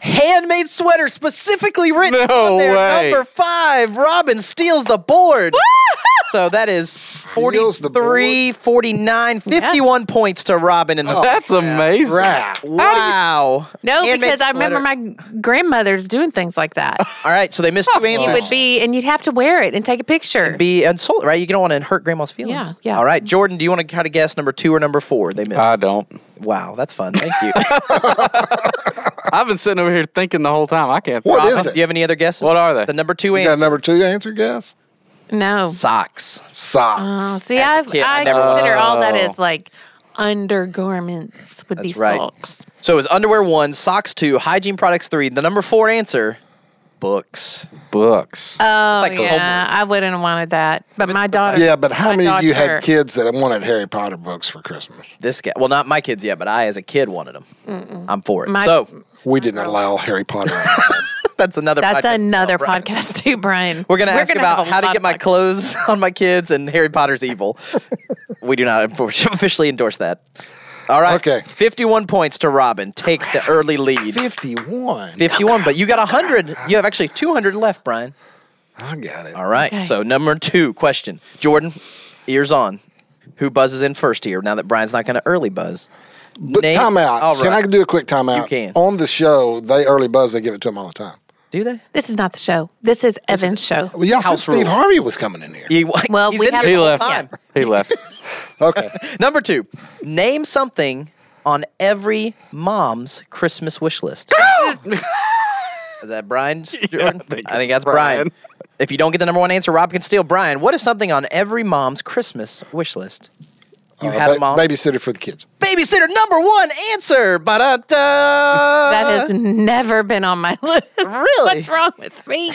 [SPEAKER 1] Handmade sweater specifically written
[SPEAKER 3] No
[SPEAKER 1] on there.
[SPEAKER 3] way.
[SPEAKER 1] Number five. Robin steals the board. so that is
[SPEAKER 4] Steals the board? Oh.
[SPEAKER 1] 43, 49, 51 points to Robin in the
[SPEAKER 3] [laughs] That's amazing.
[SPEAKER 4] Crap.
[SPEAKER 1] Wow.
[SPEAKER 5] No,
[SPEAKER 1] Handmade
[SPEAKER 5] because I remember
[SPEAKER 1] sweater.
[SPEAKER 5] my grandmother's doing things
[SPEAKER 1] [laughs]
[SPEAKER 5] like that.
[SPEAKER 1] All right, so they missed two
[SPEAKER 5] Oh, you
[SPEAKER 1] answers.
[SPEAKER 5] would be, and you'd have to wear it and take a picture.
[SPEAKER 1] be insulted, right? You don't want to hurt grandma's feelings.
[SPEAKER 5] Yeah, yeah. Uh.
[SPEAKER 1] All right, Jordan, do you want to try to guess number two or number four? They missed.
[SPEAKER 3] I don't.
[SPEAKER 1] wow, that's fun. Thank
[SPEAKER 5] [laughs]
[SPEAKER 1] you.
[SPEAKER 3] I've been sitting over here thinking the whole time. I can't.
[SPEAKER 4] What
[SPEAKER 1] Robin,
[SPEAKER 4] is it?
[SPEAKER 1] Do you have any other guesses?
[SPEAKER 3] What are they?
[SPEAKER 1] The number two
[SPEAKER 4] You got
[SPEAKER 1] answer.
[SPEAKER 4] number two answer guess?
[SPEAKER 5] no.
[SPEAKER 1] Socks.
[SPEAKER 5] Oh,
[SPEAKER 1] Uh,
[SPEAKER 4] Socks.
[SPEAKER 5] see, I've,
[SPEAKER 1] kid, I
[SPEAKER 5] I,
[SPEAKER 1] never Oh.
[SPEAKER 5] consider all that as like undergarments would be
[SPEAKER 1] That's right.
[SPEAKER 5] socks.
[SPEAKER 1] So it was underwear one, socks two, hygiene products three. The number four answer, books.
[SPEAKER 3] Books.
[SPEAKER 1] Uh,
[SPEAKER 5] Oh,
[SPEAKER 1] like homework.
[SPEAKER 5] yeah. I wouldn't have wanted that. But my daughter.
[SPEAKER 4] yeah, but how
[SPEAKER 5] my
[SPEAKER 4] many of you
[SPEAKER 5] daughter-
[SPEAKER 4] had kids that wanted Harry Potter books for Christmas?
[SPEAKER 1] This guy, well, not my kids yet, but I, as a kid, wanted them. I'm for it.
[SPEAKER 5] My-
[SPEAKER 1] so [laughs]
[SPEAKER 4] We didn't allow Harry Potter.
[SPEAKER 1] that's another.
[SPEAKER 5] That's
[SPEAKER 1] podcast.
[SPEAKER 5] another
[SPEAKER 1] Oh, Brian.
[SPEAKER 5] podcast too, Brian.
[SPEAKER 1] We're gonna ask
[SPEAKER 5] gonna have
[SPEAKER 1] about
[SPEAKER 5] a
[SPEAKER 1] how to
[SPEAKER 5] lot
[SPEAKER 1] get
[SPEAKER 5] of
[SPEAKER 1] my
[SPEAKER 5] podcasts.
[SPEAKER 1] clothes [laughs] on my kids and Harry Potter's evil. we do not [laughs] enfor- officially endorse that. All right.
[SPEAKER 4] Okay.
[SPEAKER 1] Fifty-one points to Robin takes the early lead.
[SPEAKER 4] 51.
[SPEAKER 1] Fifty-one, but you got hundred. You have actually two hundred left, Brian.
[SPEAKER 4] I got it.
[SPEAKER 1] All right. So number two question, Jordan, ears on. Who buzzes in first here? Now that Brian's not going to early buzz.
[SPEAKER 4] But
[SPEAKER 1] Nate-
[SPEAKER 4] timeout.
[SPEAKER 1] All
[SPEAKER 4] Can I
[SPEAKER 1] right.
[SPEAKER 4] do a quick timeout?
[SPEAKER 1] You can.
[SPEAKER 4] On the show, they early buzz, they give it to them all the time.
[SPEAKER 1] Do they?
[SPEAKER 5] This is not the show. This is
[SPEAKER 1] [laughs]
[SPEAKER 5] Evan's show.
[SPEAKER 4] Well, y'all said
[SPEAKER 1] House
[SPEAKER 4] Steve
[SPEAKER 1] rules.
[SPEAKER 4] Harvey was coming in here.
[SPEAKER 1] He-
[SPEAKER 5] Well,
[SPEAKER 1] he's
[SPEAKER 5] we
[SPEAKER 1] in here
[SPEAKER 5] haven't-
[SPEAKER 1] the
[SPEAKER 3] he
[SPEAKER 1] whole
[SPEAKER 3] left.
[SPEAKER 1] time. [laughs]
[SPEAKER 3] He left.
[SPEAKER 4] Okay.
[SPEAKER 1] Number two, name something on every mom's Christmas wish list. [laughs] is that Brian's? Jordan? I, think
[SPEAKER 3] think it's
[SPEAKER 1] that's Brian.
[SPEAKER 3] Brian.
[SPEAKER 1] If you don't get the number one answer, Rob can steal. Brian, what is something on every mom's Christmas wish list? You had
[SPEAKER 4] ba-
[SPEAKER 1] a mom.
[SPEAKER 4] Babysitter for the kids.
[SPEAKER 1] Babysitter number one answer. Ba-da-da. That
[SPEAKER 5] That has never been on my [laughs] list.
[SPEAKER 1] Uh. Really?
[SPEAKER 5] What's wrong with
[SPEAKER 1] [laughs]
[SPEAKER 5] me?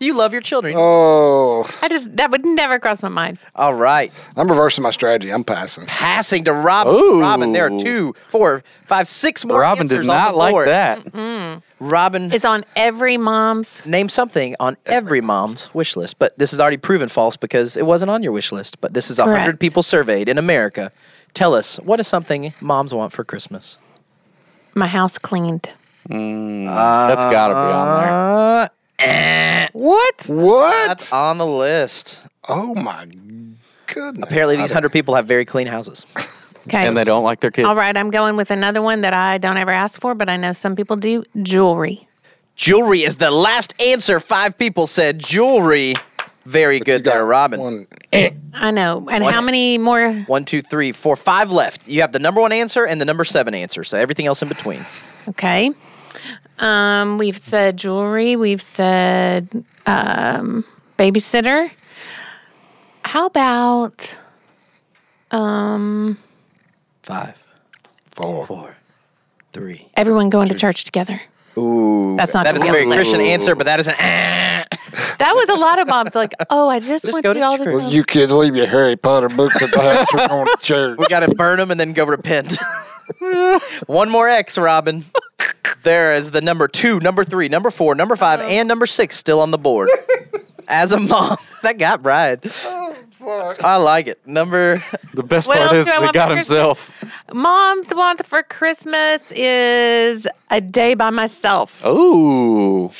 [SPEAKER 1] You love your children.
[SPEAKER 4] Oh,
[SPEAKER 5] I just that would never cross my mind.
[SPEAKER 1] All right.
[SPEAKER 4] I'm reversing my strategy. I'm passing.
[SPEAKER 1] Passing to Robin.
[SPEAKER 3] Ooh.
[SPEAKER 1] Robin, there are two, four, five, six more
[SPEAKER 3] Robin
[SPEAKER 1] answers
[SPEAKER 3] did
[SPEAKER 1] on
[SPEAKER 3] not
[SPEAKER 1] the
[SPEAKER 3] like
[SPEAKER 1] board. Mm-hmm.
[SPEAKER 3] that.
[SPEAKER 1] Robin
[SPEAKER 5] It's on every mom's.
[SPEAKER 1] name something on every mom's wish list, but this is already proven false because it wasn't on your wish list. But this is 100
[SPEAKER 5] Correct.
[SPEAKER 1] people surveyed in America. Tell us, what is something moms want for Christmas?
[SPEAKER 5] My house cleaned.
[SPEAKER 3] That's gotta be on there.
[SPEAKER 5] What?
[SPEAKER 4] What?
[SPEAKER 1] That's on the list.
[SPEAKER 4] Oh, my goodness.
[SPEAKER 1] Apparently, these 100 people have very clean houses.
[SPEAKER 5] Okay.
[SPEAKER 3] And they don't like their kids.
[SPEAKER 5] All right, I'm going with another one that I don't ever ask for, but I know some people do. Jewelry.
[SPEAKER 1] Jewelry is the last answer. Five people said jewelry. Very good
[SPEAKER 4] got
[SPEAKER 1] there, Robin.
[SPEAKER 4] One.
[SPEAKER 5] I know. And how many more?
[SPEAKER 1] One, two, three, four, five left. You have the number one answer and the number seven answer. So everything else in between.
[SPEAKER 5] Okay. Um, we've said jewelry. We've said um, babysitter. How about
[SPEAKER 1] Five,
[SPEAKER 4] Four.
[SPEAKER 1] four, three.
[SPEAKER 5] everyone going to church together? Ooh, that's not
[SPEAKER 1] That
[SPEAKER 5] gonna
[SPEAKER 1] is a
[SPEAKER 5] be on
[SPEAKER 1] very
[SPEAKER 5] the list.
[SPEAKER 1] Christian answer, but that is an ah.
[SPEAKER 5] That was a lot of moms like, oh, I just, went
[SPEAKER 1] go
[SPEAKER 5] to
[SPEAKER 1] to
[SPEAKER 5] all
[SPEAKER 1] church.
[SPEAKER 5] the.
[SPEAKER 4] Well, you kids leave your Harry Potter books at the house. We're
[SPEAKER 1] [laughs]
[SPEAKER 4] going to church.
[SPEAKER 1] We got to burn them and then go repent. [laughs] One more X, Robin. There is the number two, number three, number four, [laughs] number five, and number six still on the board. As a mom, that got Brian.
[SPEAKER 4] Sorry.
[SPEAKER 1] I like it. Number
[SPEAKER 3] The best
[SPEAKER 5] What
[SPEAKER 3] part
[SPEAKER 5] else
[SPEAKER 3] is
[SPEAKER 5] do I
[SPEAKER 3] they
[SPEAKER 5] want for
[SPEAKER 3] got
[SPEAKER 5] Christmas?
[SPEAKER 3] himself.
[SPEAKER 5] Mom's wants for Christmas is a day by myself.
[SPEAKER 3] Oh,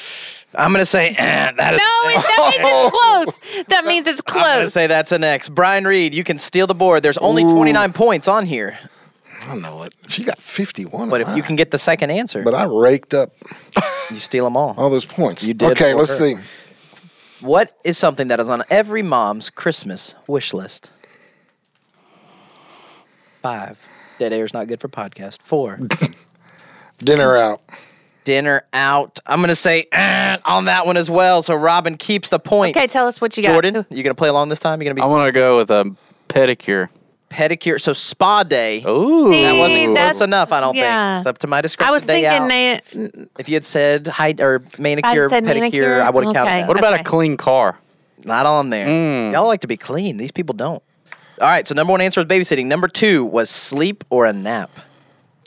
[SPEAKER 1] I'm gonna say eh, that is.
[SPEAKER 5] No, it, that means it's close. That means it's
[SPEAKER 1] I'm gonna
[SPEAKER 5] close.
[SPEAKER 1] say that's an X. Brian Reed, you can steal the board. There's only 29 points on here,
[SPEAKER 4] I know it. She got 51.
[SPEAKER 1] but if you can get the second answer,
[SPEAKER 4] But I raked up
[SPEAKER 1] you steal them all.
[SPEAKER 4] all those points.
[SPEAKER 1] You did
[SPEAKER 4] Okay,
[SPEAKER 1] for
[SPEAKER 4] let's
[SPEAKER 1] her.
[SPEAKER 4] see.
[SPEAKER 1] What is something that is on every mom's Christmas wish list? Five. Dead air is not good for podcast.
[SPEAKER 3] [laughs]
[SPEAKER 1] Four.
[SPEAKER 4] Dinner out.
[SPEAKER 1] Dinner out. I'm gonna say eh, on that one as well. So Robin keeps the point.
[SPEAKER 5] Okay, tell us what you got.
[SPEAKER 1] Jordan, you gonna play along this time? You're
[SPEAKER 3] I
[SPEAKER 1] gonna be
[SPEAKER 3] want to go with a pedicure.
[SPEAKER 1] pedicure. So spa day.
[SPEAKER 3] Oh,
[SPEAKER 5] See, That wasn't close
[SPEAKER 1] That's enough. I don't
[SPEAKER 5] Yeah.
[SPEAKER 1] think it's up to my discretion.
[SPEAKER 5] I was
[SPEAKER 1] Day
[SPEAKER 5] thinking
[SPEAKER 1] out.
[SPEAKER 5] na-
[SPEAKER 1] If you had said hide or manicure,
[SPEAKER 5] said
[SPEAKER 1] pedicure,
[SPEAKER 5] manicure?
[SPEAKER 1] I would have counted
[SPEAKER 5] Okay.
[SPEAKER 1] that.
[SPEAKER 3] What about
[SPEAKER 5] Okay.
[SPEAKER 3] a clean car?
[SPEAKER 1] Not on there.
[SPEAKER 4] Mm.
[SPEAKER 1] Y'all like to be clean. These people don't. All right. So number one answer was babysitting. Number two was sleep or a nap.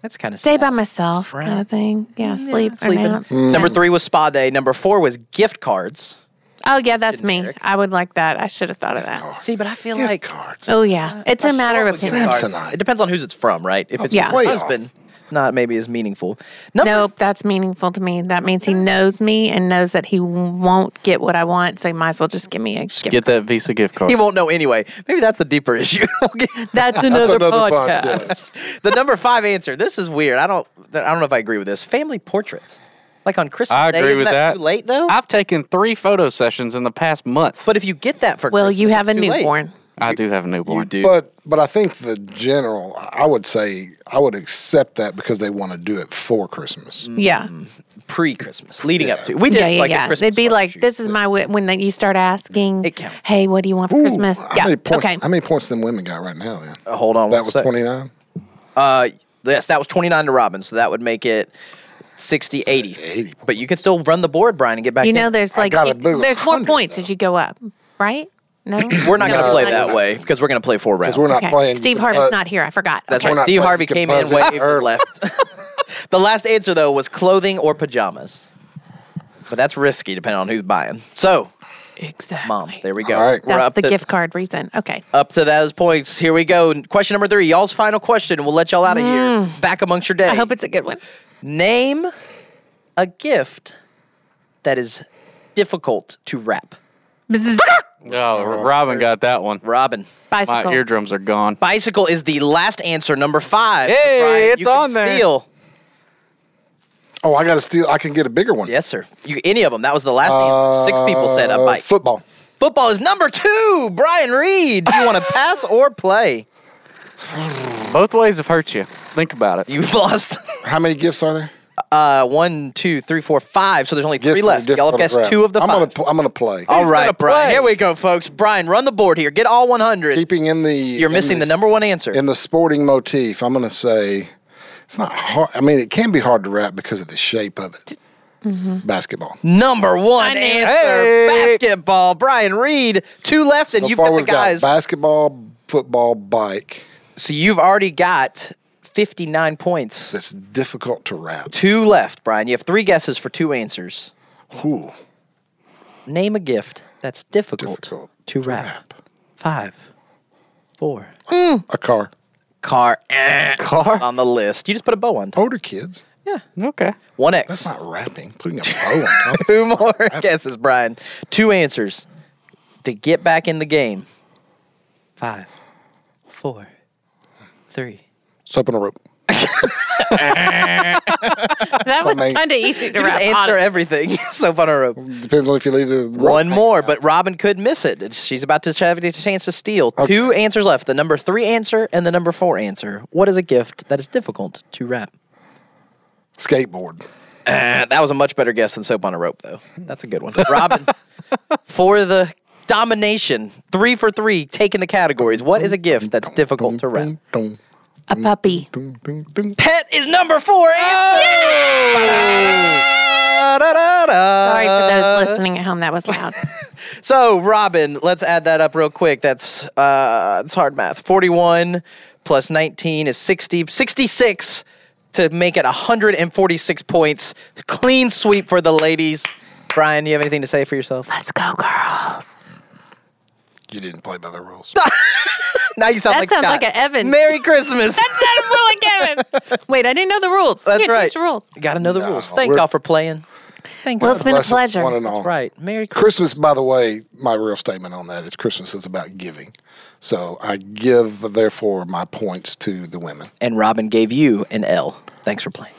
[SPEAKER 1] That's kind of
[SPEAKER 5] day by myself kind of thing. Yeah, sleep or nap.
[SPEAKER 1] Mm. Number three was spa day. Number four was gift cards.
[SPEAKER 5] Oh yeah, that's me. I would like that. I should have thought of that.
[SPEAKER 1] See, but I feel
[SPEAKER 4] Gift
[SPEAKER 1] like
[SPEAKER 4] cards.
[SPEAKER 5] Oh
[SPEAKER 1] Uh,
[SPEAKER 5] yeah, it's a matter of
[SPEAKER 1] Gift
[SPEAKER 5] opinion.
[SPEAKER 1] cards.
[SPEAKER 4] Samsonite.
[SPEAKER 1] It depends on who's it's from, right? If it's
[SPEAKER 5] Yeah.
[SPEAKER 1] your
[SPEAKER 4] Way off.
[SPEAKER 1] husband, not maybe as meaningful. Number
[SPEAKER 5] Nope, that's meaningful to me. That means he knows me and knows that he won't get what I want, so he might as well just give me a gift.
[SPEAKER 3] Get that Visa gift card.
[SPEAKER 1] he won't know anyway. Maybe that's the deeper [laughs] issue.
[SPEAKER 5] That's another, podcast.
[SPEAKER 1] [laughs] the number five answer. This is weird. I don't. I don't know if I agree with this. Family portraits, like on Christmas
[SPEAKER 3] I
[SPEAKER 1] Day,
[SPEAKER 3] agree
[SPEAKER 1] isn't
[SPEAKER 3] with
[SPEAKER 1] that,
[SPEAKER 3] that.
[SPEAKER 1] too late though.
[SPEAKER 3] I've taken three photo sessions in the past month.
[SPEAKER 1] but if you get that for
[SPEAKER 5] Well, you
[SPEAKER 1] Christmas,
[SPEAKER 5] have a
[SPEAKER 1] it's too late.
[SPEAKER 5] newborn.
[SPEAKER 3] I do have a newborn.
[SPEAKER 1] do.
[SPEAKER 4] But but I think the general, I would say I would accept that because they want to do it for Christmas.
[SPEAKER 1] Mm.
[SPEAKER 5] Yeah,
[SPEAKER 1] pre-Christmas, leading up to. We did
[SPEAKER 5] yeah, yeah,
[SPEAKER 1] like a
[SPEAKER 5] yeah.
[SPEAKER 1] Christmas.
[SPEAKER 5] They'd be
[SPEAKER 1] photo
[SPEAKER 5] like,
[SPEAKER 1] shoot.
[SPEAKER 5] "This is my wi- when that you start asking,
[SPEAKER 1] It counts.
[SPEAKER 5] hey, what do you want for Christmas?"
[SPEAKER 4] How
[SPEAKER 5] Yeah,
[SPEAKER 4] many points?
[SPEAKER 5] okay.
[SPEAKER 4] How many points them women got right now? Then
[SPEAKER 1] Uh, Hold on,
[SPEAKER 4] that
[SPEAKER 1] one
[SPEAKER 4] was
[SPEAKER 1] sec.
[SPEAKER 4] twenty nine.
[SPEAKER 1] Uh, yes, that was twenty nine to Robin, so that would make it 60, 80.
[SPEAKER 4] 80.
[SPEAKER 1] But you can still run the board, Brian, and get back.
[SPEAKER 5] You
[SPEAKER 1] in.
[SPEAKER 5] know, there's like
[SPEAKER 4] gotta
[SPEAKER 5] you-
[SPEAKER 4] do
[SPEAKER 5] there's more
[SPEAKER 4] 100
[SPEAKER 5] points as you go up, right? No,
[SPEAKER 1] [clears throat] we're not going to
[SPEAKER 5] No,
[SPEAKER 1] play
[SPEAKER 5] like-
[SPEAKER 1] that way because we're going to play four rounds.
[SPEAKER 4] we're not playing.
[SPEAKER 5] Steve
[SPEAKER 4] You can
[SPEAKER 5] Harvey's
[SPEAKER 4] buzz-
[SPEAKER 5] not here. I forgot.
[SPEAKER 1] That's
[SPEAKER 5] Okay.
[SPEAKER 1] right.
[SPEAKER 4] not
[SPEAKER 1] Steve
[SPEAKER 4] playing.
[SPEAKER 1] Harvey
[SPEAKER 4] You can
[SPEAKER 1] came in,
[SPEAKER 4] buzz it
[SPEAKER 1] waved, and left. [laughs] the last answer though was clothing or pajamas, but that's risky depending on who's buying. So,
[SPEAKER 5] Exactly.
[SPEAKER 1] moms, there we go.
[SPEAKER 4] All right.
[SPEAKER 1] we're
[SPEAKER 5] That's
[SPEAKER 1] up
[SPEAKER 5] the
[SPEAKER 1] to,
[SPEAKER 5] gift card reason. Okay.
[SPEAKER 1] Up to those points. Here we go. Question number three. Y'all's final question. We'll let y'all out of here. Back amongst your day.
[SPEAKER 5] Mm. I hope it's a good one.
[SPEAKER 1] Name a gift that is difficult to wrap. [laughs]
[SPEAKER 5] Bzzz.
[SPEAKER 3] Oh, Robin got that one.
[SPEAKER 1] Robin.
[SPEAKER 5] Bicycle.
[SPEAKER 3] My eardrums are gone.
[SPEAKER 1] Bicycle is the last answer, number five.
[SPEAKER 3] Hey,
[SPEAKER 1] Brian,
[SPEAKER 3] it's
[SPEAKER 1] you can
[SPEAKER 3] on there.
[SPEAKER 1] Steal.
[SPEAKER 4] Oh, I got to steal. I can get a bigger one.
[SPEAKER 1] Yes, sir. You any of them. That was the last answer. Six people said a
[SPEAKER 4] Uh,
[SPEAKER 1] bike.
[SPEAKER 4] Football.
[SPEAKER 1] Football is number two. Brian Reed. Do you
[SPEAKER 4] [laughs]
[SPEAKER 1] want to pass or play?
[SPEAKER 3] Both ways have hurt you. Think about it.
[SPEAKER 1] You've lost
[SPEAKER 4] How many gifts are there?
[SPEAKER 1] uh, one, two, three, four, five. So there's only
[SPEAKER 4] Gifts
[SPEAKER 1] three
[SPEAKER 4] that are
[SPEAKER 1] left. Y'all
[SPEAKER 4] difficult
[SPEAKER 1] have
[SPEAKER 4] to
[SPEAKER 1] guessed
[SPEAKER 4] grab.
[SPEAKER 1] two of the
[SPEAKER 4] I'm
[SPEAKER 1] five.
[SPEAKER 4] Gonna pl- I'm gonna play.
[SPEAKER 1] all right,
[SPEAKER 3] gonna
[SPEAKER 1] Brian.
[SPEAKER 3] play.
[SPEAKER 1] Here we go, folks. Brian, run the board here. Get all 100.
[SPEAKER 4] Keeping in the.
[SPEAKER 1] You're
[SPEAKER 4] in
[SPEAKER 1] missing the
[SPEAKER 4] this-
[SPEAKER 1] number one answer.
[SPEAKER 4] in the sporting motif. I'm gonna say it's not hard. I mean, it can be hard to wrap because of the shape of it.
[SPEAKER 5] Mm-hmm.
[SPEAKER 4] Basketball.
[SPEAKER 1] Number one
[SPEAKER 5] knew
[SPEAKER 1] answer,
[SPEAKER 5] it.
[SPEAKER 3] Hey.
[SPEAKER 1] basketball. Brian Reed, two left, and
[SPEAKER 4] so
[SPEAKER 1] you've
[SPEAKER 4] far,
[SPEAKER 1] got the
[SPEAKER 4] we've
[SPEAKER 1] guys.
[SPEAKER 4] got basketball, football, bike.
[SPEAKER 1] so you've already got 59 points.
[SPEAKER 4] That's difficult
[SPEAKER 1] [laughs]
[SPEAKER 4] to wrap.
[SPEAKER 1] Two left, Brian. You have three guesses for two answers.
[SPEAKER 4] Ooh,
[SPEAKER 1] Name a gift that's difficult,
[SPEAKER 4] Difficult
[SPEAKER 1] to wrap. Five, four.
[SPEAKER 4] a car.
[SPEAKER 1] Car eh,
[SPEAKER 3] Car.
[SPEAKER 1] on the list. You just put a bow on top.
[SPEAKER 4] Older kids.
[SPEAKER 3] Okay.
[SPEAKER 1] One
[SPEAKER 4] That's
[SPEAKER 1] X.
[SPEAKER 4] not wrapping. Putting a bow on
[SPEAKER 1] [laughs]
[SPEAKER 4] top. is-
[SPEAKER 1] Two more guesses, Brian. Two answers to get back in the game. Five, four, three.
[SPEAKER 4] Soap and a rope.
[SPEAKER 5] That
[SPEAKER 1] [laughs]
[SPEAKER 5] was
[SPEAKER 4] Plumbing.
[SPEAKER 5] kind of easy to
[SPEAKER 1] You
[SPEAKER 5] wrap.
[SPEAKER 1] just answer
[SPEAKER 5] honestly.
[SPEAKER 1] everything. [laughs] Soap on a rope.
[SPEAKER 4] Depends on if you leave the rope
[SPEAKER 1] One
[SPEAKER 4] hanging
[SPEAKER 1] more,
[SPEAKER 4] out.
[SPEAKER 1] but Robin could miss it. She's about to have a chance to steal. Two answers left the number three answer and the number four answer. What is a gift that is difficult to wrap?
[SPEAKER 4] skateboard.
[SPEAKER 1] Uh, that was a much better guess than soap on a rope, though. That's a good one. Robin, for the domination, three for three, taking the categories. What is a gift that's difficult to wrap?
[SPEAKER 4] Dun,
[SPEAKER 5] A puppy.
[SPEAKER 4] dun, dun, dun.
[SPEAKER 1] Pet is number four.
[SPEAKER 5] Sorry
[SPEAKER 1] Sorry
[SPEAKER 5] for
[SPEAKER 1] Uh.
[SPEAKER 5] those listening at home. That
[SPEAKER 1] [laughs]
[SPEAKER 5] was loud.
[SPEAKER 1] So, Robin, let's add that up real quick. That's uh, it's hard math. 41 plus 19 is 60, 66 to make it 146 points. Clean sweep for the ladies. Brian, you have anything to say for yourself?
[SPEAKER 5] Let's go, girls.
[SPEAKER 4] You didn't play by the rules.
[SPEAKER 1] Now you sound
[SPEAKER 5] That
[SPEAKER 1] like
[SPEAKER 5] sounds
[SPEAKER 1] Scott.
[SPEAKER 5] like an Evan.
[SPEAKER 1] Merry
[SPEAKER 5] [laughs]
[SPEAKER 1] Christmas.
[SPEAKER 5] That's not a rule,
[SPEAKER 1] [laughs]
[SPEAKER 5] Kevin. Wait, I didn't know the rules.
[SPEAKER 1] That's
[SPEAKER 5] yeah,
[SPEAKER 1] right.
[SPEAKER 5] Change the rules.
[SPEAKER 1] You got to know the
[SPEAKER 4] No,
[SPEAKER 1] rules. Thank
[SPEAKER 4] we're-
[SPEAKER 1] y'all for playing. Thank
[SPEAKER 5] Well,
[SPEAKER 1] you.
[SPEAKER 5] it's been a
[SPEAKER 4] Blessings,
[SPEAKER 5] pleasure.
[SPEAKER 4] One and all.
[SPEAKER 1] Right. Merry Christmas.
[SPEAKER 4] Christmas, by the way, my real statement on that is Christmas is about giving. So I give, therefore, my points to the women.
[SPEAKER 1] And Robin gave you an L. Thanks for playing.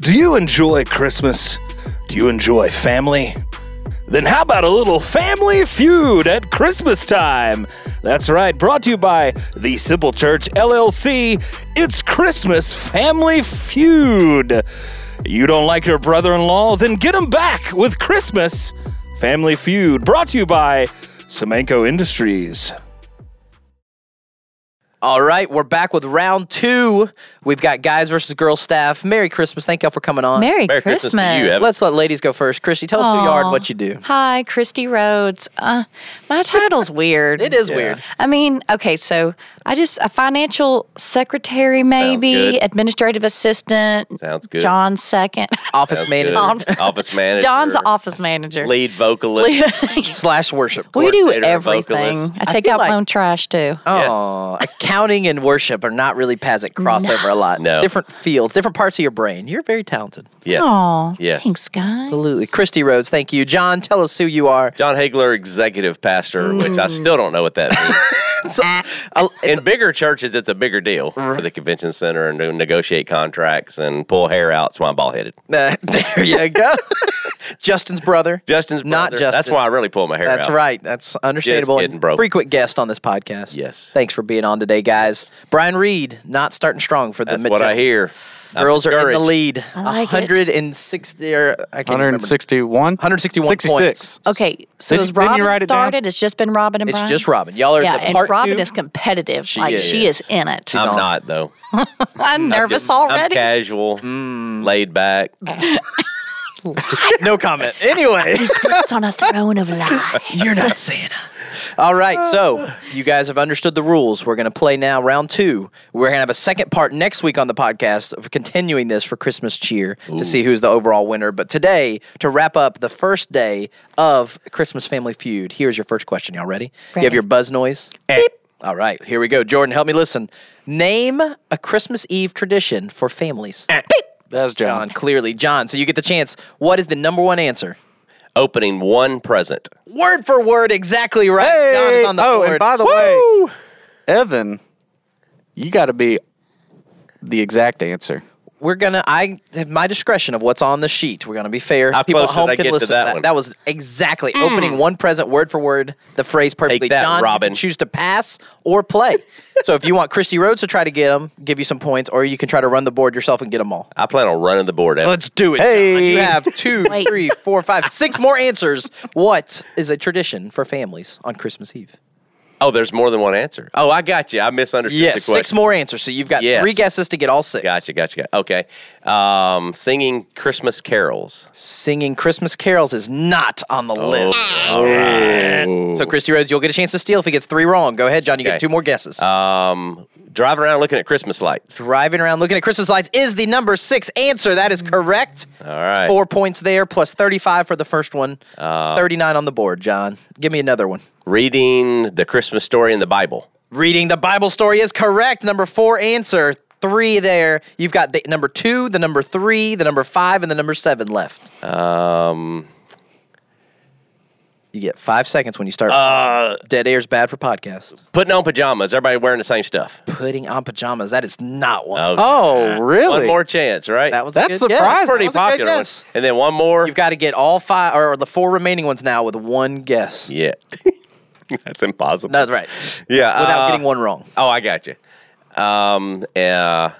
[SPEAKER 2] Do you enjoy Christmas? Do you enjoy family? Then how about a little family feud at Christmas time? That's right, brought to you by the Simple Church LLC. It's Christmas Family Feud. You don't like your brother in law? Then get him back with Christmas Family Feud, brought to you by Semenko Industries.
[SPEAKER 1] All right, we're back with round two. We've got guys versus girls staff. Merry Christmas. Thank y'all for coming on.
[SPEAKER 6] Merry,
[SPEAKER 7] Merry Christmas
[SPEAKER 6] Christmas.
[SPEAKER 7] to you, Evan.
[SPEAKER 1] Let's let ladies go first. Christy, tell us who you are and what you do.
[SPEAKER 6] Hi, Christy Rhodes. Uh, my title's weird.
[SPEAKER 1] It is weird.
[SPEAKER 6] I mean, okay, so I just a financial secretary, maybe
[SPEAKER 7] good.
[SPEAKER 6] administrative assistant.
[SPEAKER 7] Sounds good.
[SPEAKER 6] John's second.
[SPEAKER 1] Office
[SPEAKER 7] Sounds
[SPEAKER 1] manager
[SPEAKER 7] good. Office manager.
[SPEAKER 6] John's office manager.
[SPEAKER 7] lead vocalist.
[SPEAKER 1] slash worship.
[SPEAKER 6] [laughs] we do
[SPEAKER 7] coordinator,
[SPEAKER 6] everything.
[SPEAKER 7] vocalist.
[SPEAKER 6] I take
[SPEAKER 1] feel
[SPEAKER 6] out
[SPEAKER 1] like-
[SPEAKER 6] my own trash too.
[SPEAKER 1] Oh, accounting and worship are not really paths that cross over a lot.
[SPEAKER 7] No.
[SPEAKER 1] Different fields, different parts of your brain. You're very talented.
[SPEAKER 7] [laughs] Yes.
[SPEAKER 6] Aw,
[SPEAKER 7] Yes.
[SPEAKER 6] Thanks, guys.
[SPEAKER 1] Absolutely. Christy Rhodes, thank you. John, tell us who you are.
[SPEAKER 7] John Hagler, executive pastor, which
[SPEAKER 1] Mm.
[SPEAKER 7] I still don't know what that
[SPEAKER 1] [laughs]
[SPEAKER 7] means.
[SPEAKER 1] Uh,
[SPEAKER 7] In bigger churches, it's a bigger deal for the convention center and to negotiate contracts and pull hair out. So I'm bald headed.
[SPEAKER 1] [laughs] there you
[SPEAKER 7] [laughs]
[SPEAKER 1] go. Justin's brother.
[SPEAKER 7] Justin's
[SPEAKER 1] Not
[SPEAKER 7] brother. That's
[SPEAKER 1] Justin.
[SPEAKER 7] why I really pull my hair out.
[SPEAKER 1] That's right. That's understandable.
[SPEAKER 7] Just kidding,
[SPEAKER 1] and
[SPEAKER 7] bro.
[SPEAKER 1] Frequent guest on this podcast.
[SPEAKER 7] Yes.
[SPEAKER 1] Thanks for being on today, guys. Brian Reed, not starting strong for the
[SPEAKER 7] That's what I
[SPEAKER 1] midterm.
[SPEAKER 7] hear. I'm
[SPEAKER 1] Girls are in the
[SPEAKER 7] discouraged.
[SPEAKER 1] lead.
[SPEAKER 6] I like it.
[SPEAKER 1] 160 or I can't remember.
[SPEAKER 3] 161?
[SPEAKER 1] 161 points.
[SPEAKER 6] Okay, so
[SPEAKER 3] Did
[SPEAKER 6] as
[SPEAKER 3] you- didn't you
[SPEAKER 6] Robin
[SPEAKER 3] write it down?
[SPEAKER 6] started, it's just been Robin and
[SPEAKER 1] It's
[SPEAKER 6] Brian.
[SPEAKER 1] just Robin. Y'all are
[SPEAKER 6] Yeah,
[SPEAKER 1] the
[SPEAKER 6] and
[SPEAKER 1] part
[SPEAKER 6] Robin
[SPEAKER 1] two.
[SPEAKER 6] is competitive.
[SPEAKER 1] She
[SPEAKER 6] like she
[SPEAKER 1] is.
[SPEAKER 6] is in it.
[SPEAKER 7] I'm
[SPEAKER 1] [laughs]
[SPEAKER 7] not though.
[SPEAKER 6] I'm nervous already.
[SPEAKER 7] I'm casual,
[SPEAKER 1] Mm.
[SPEAKER 7] laid back.
[SPEAKER 1] [laughs] no comment.
[SPEAKER 6] [laughs]
[SPEAKER 1] Anyway.
[SPEAKER 6] He sits on a throne of lies.
[SPEAKER 1] You're [laughs] not Santa. All right, so you guys have understood the rules. We're going to play now round two. We're going to have a second part next week on the podcast of continuing this for Christmas cheer to see who's the overall winner. But today, to wrap up the first day of Christmas Family Feud, here's your first question. Y'all ready? You have
[SPEAKER 6] Ready.
[SPEAKER 1] your buzz noise? All right, here we go. Jordan, help me listen. Name a Christmas Eve tradition for families.
[SPEAKER 3] That's
[SPEAKER 1] John, clearly. John, so you get the chance. What is the number one answer?
[SPEAKER 7] Opening one present.
[SPEAKER 1] Word for word, exactly right. John is on the
[SPEAKER 3] oh,
[SPEAKER 1] board.
[SPEAKER 3] and by the
[SPEAKER 1] Woo!
[SPEAKER 3] way, Evan, you got to be the exact answer.
[SPEAKER 1] we're gonna. I have my discretion of what's on the sheet. We're gonna be fair.
[SPEAKER 7] How
[SPEAKER 1] People at
[SPEAKER 7] close did
[SPEAKER 1] home
[SPEAKER 7] I
[SPEAKER 1] can
[SPEAKER 7] get to
[SPEAKER 1] listen.
[SPEAKER 7] that one?
[SPEAKER 1] was exactly opening one present, word for word, the phrase perfectly.
[SPEAKER 7] that,
[SPEAKER 1] John, you
[SPEAKER 7] Robin.
[SPEAKER 1] can choose to pass or play. so if you want Christy Rhodes to try to get them, give you some points, or you can try to run the board yourself and get them all.
[SPEAKER 7] I plan on running the board. Evan.
[SPEAKER 1] Let's do it. John. You have [laughs] two,
[SPEAKER 6] Wait.
[SPEAKER 1] three, four, five, six more answers. What is a tradition for families on Christmas Eve?
[SPEAKER 7] Oh, there's more than one answer. Oh, I got you. I misunderstood the
[SPEAKER 1] Yes,
[SPEAKER 7] question.
[SPEAKER 1] six more answers. So you've got
[SPEAKER 7] Yes.
[SPEAKER 1] three guesses to get all six.
[SPEAKER 7] Gotcha, gotcha, gotcha. Okay. Um, singing Christmas carols.
[SPEAKER 1] Singing Christmas carols is not on
[SPEAKER 7] Oh.
[SPEAKER 1] the list. So Christy Rhodes, you'll get a chance to steal if he gets three wrong. Go ahead, John. You
[SPEAKER 7] Okay.
[SPEAKER 1] get two more guesses.
[SPEAKER 7] Um, driving around looking at Christmas lights.
[SPEAKER 1] Driving around looking at Christmas lights is the number six answer. That is correct. All
[SPEAKER 7] Mm. right. Uh.
[SPEAKER 1] Four points there, plus 35 for the first one. 39 on the board, John. Give me another one.
[SPEAKER 7] Reading the Christmas story in the Bible.
[SPEAKER 1] Reading the Bible story is correct. Number four answer. Three there. You've got the number two, the number three, the number five, and the number seven left.
[SPEAKER 7] Um,
[SPEAKER 1] You get five seconds when you start. Dead air's bad for podcast.
[SPEAKER 7] putting on pajamas. Everybody wearing the same stuff.
[SPEAKER 1] Putting on pajamas. That is not one.
[SPEAKER 7] Okay.
[SPEAKER 3] Oh, really?
[SPEAKER 7] One more chance, right?
[SPEAKER 1] That was a
[SPEAKER 3] That's
[SPEAKER 1] good guess.
[SPEAKER 3] surprising.
[SPEAKER 1] That
[SPEAKER 7] pretty
[SPEAKER 1] was a good
[SPEAKER 7] popular. one.
[SPEAKER 1] guess.
[SPEAKER 7] And then one more.
[SPEAKER 1] You've got to get all five or the four remaining ones now with one guess.
[SPEAKER 7] yeah. [laughs] That's impossible.
[SPEAKER 1] That's right.
[SPEAKER 7] Yeah.
[SPEAKER 1] Without
[SPEAKER 7] uh,
[SPEAKER 1] getting one wrong.
[SPEAKER 7] Oh, I got you. Um, uh,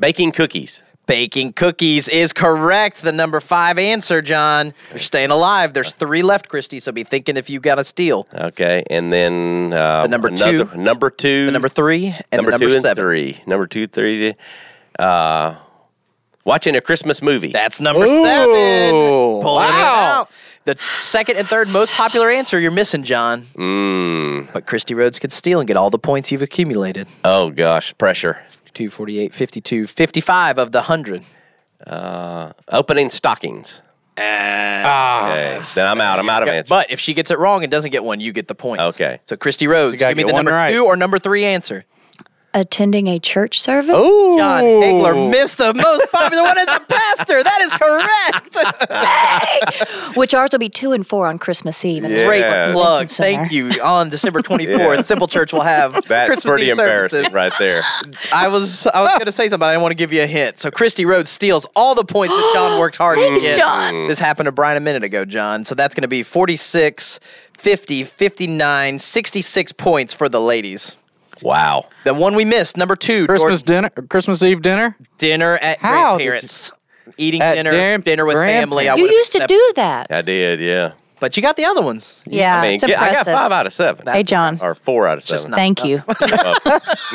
[SPEAKER 7] baking cookies.
[SPEAKER 1] Baking cookies is correct. The number five answer, John. You're staying alive. There's three left, Christy. So be thinking if you got a steal.
[SPEAKER 7] Okay, and then uh,
[SPEAKER 1] The number
[SPEAKER 7] another-
[SPEAKER 1] two.
[SPEAKER 7] number two,
[SPEAKER 1] Number three and the
[SPEAKER 7] number
[SPEAKER 1] number
[SPEAKER 7] two and
[SPEAKER 1] seven.
[SPEAKER 7] three, number two, three. Uh, watching a Christmas movie.
[SPEAKER 1] That's number seven. Pulling it
[SPEAKER 3] wow.
[SPEAKER 1] out. the second and third most popular answer you're missing, John.
[SPEAKER 7] Mm.
[SPEAKER 1] But Christy Rhodes could steal and get all the points you've accumulated.
[SPEAKER 7] Oh gosh, pressure.
[SPEAKER 1] 248, 52, 55 of the 100.
[SPEAKER 7] Opening stockings. Ah. Then I'm out. I'm out of answers.
[SPEAKER 1] But if she gets it wrong and doesn't get one, you get the points.
[SPEAKER 7] Okay.
[SPEAKER 1] So Christy Rhodes,
[SPEAKER 3] gotta
[SPEAKER 1] give me
[SPEAKER 3] get
[SPEAKER 1] the
[SPEAKER 3] one
[SPEAKER 1] number
[SPEAKER 3] right.
[SPEAKER 1] two or number three answer.
[SPEAKER 6] Attending a church service?
[SPEAKER 1] John Hagler missed the most popular one as a pastor. That is
[SPEAKER 7] [laughs]
[SPEAKER 1] correct.
[SPEAKER 6] Which ours will be two and four on Christmas Eve. And
[SPEAKER 1] Great
[SPEAKER 7] Yeah.
[SPEAKER 1] plug.
[SPEAKER 6] Convention Center.
[SPEAKER 1] Thank you. On
[SPEAKER 7] [laughs]
[SPEAKER 1] December 24th, Simple Church will have
[SPEAKER 7] That's
[SPEAKER 1] Christmas
[SPEAKER 7] pretty
[SPEAKER 1] Eve services.
[SPEAKER 7] embarrassing right there.
[SPEAKER 1] I was I was going to say something. but I didn't want to give you a hint. So Christy Rhodes steals all the points that
[SPEAKER 6] [gasps]
[SPEAKER 1] John worked hard to get.
[SPEAKER 6] John.
[SPEAKER 1] This happened to Brian a minute ago, John. So that's going to be 46, 50, 59, 66 points for the ladies.
[SPEAKER 7] Wow.
[SPEAKER 1] The one we missed, number two,
[SPEAKER 3] Christmas
[SPEAKER 1] George-
[SPEAKER 3] dinner, Christmas Eve dinner.
[SPEAKER 1] dinner at
[SPEAKER 3] How did
[SPEAKER 1] grandparents. Eating
[SPEAKER 3] At
[SPEAKER 1] dinner,
[SPEAKER 3] grand-
[SPEAKER 1] dinner with family. I
[SPEAKER 6] You
[SPEAKER 1] would've
[SPEAKER 6] used to
[SPEAKER 1] accepted-
[SPEAKER 6] do that.
[SPEAKER 7] I did, yeah.
[SPEAKER 1] but you got the other
[SPEAKER 6] [laughs]
[SPEAKER 1] ones.
[SPEAKER 6] Yeah,
[SPEAKER 7] I mean,
[SPEAKER 6] it's
[SPEAKER 7] get- I got
[SPEAKER 6] impressive.
[SPEAKER 7] five out of seven.
[SPEAKER 6] hey, John.
[SPEAKER 7] Or four out of seven.
[SPEAKER 6] Thank you.
[SPEAKER 7] [laughs]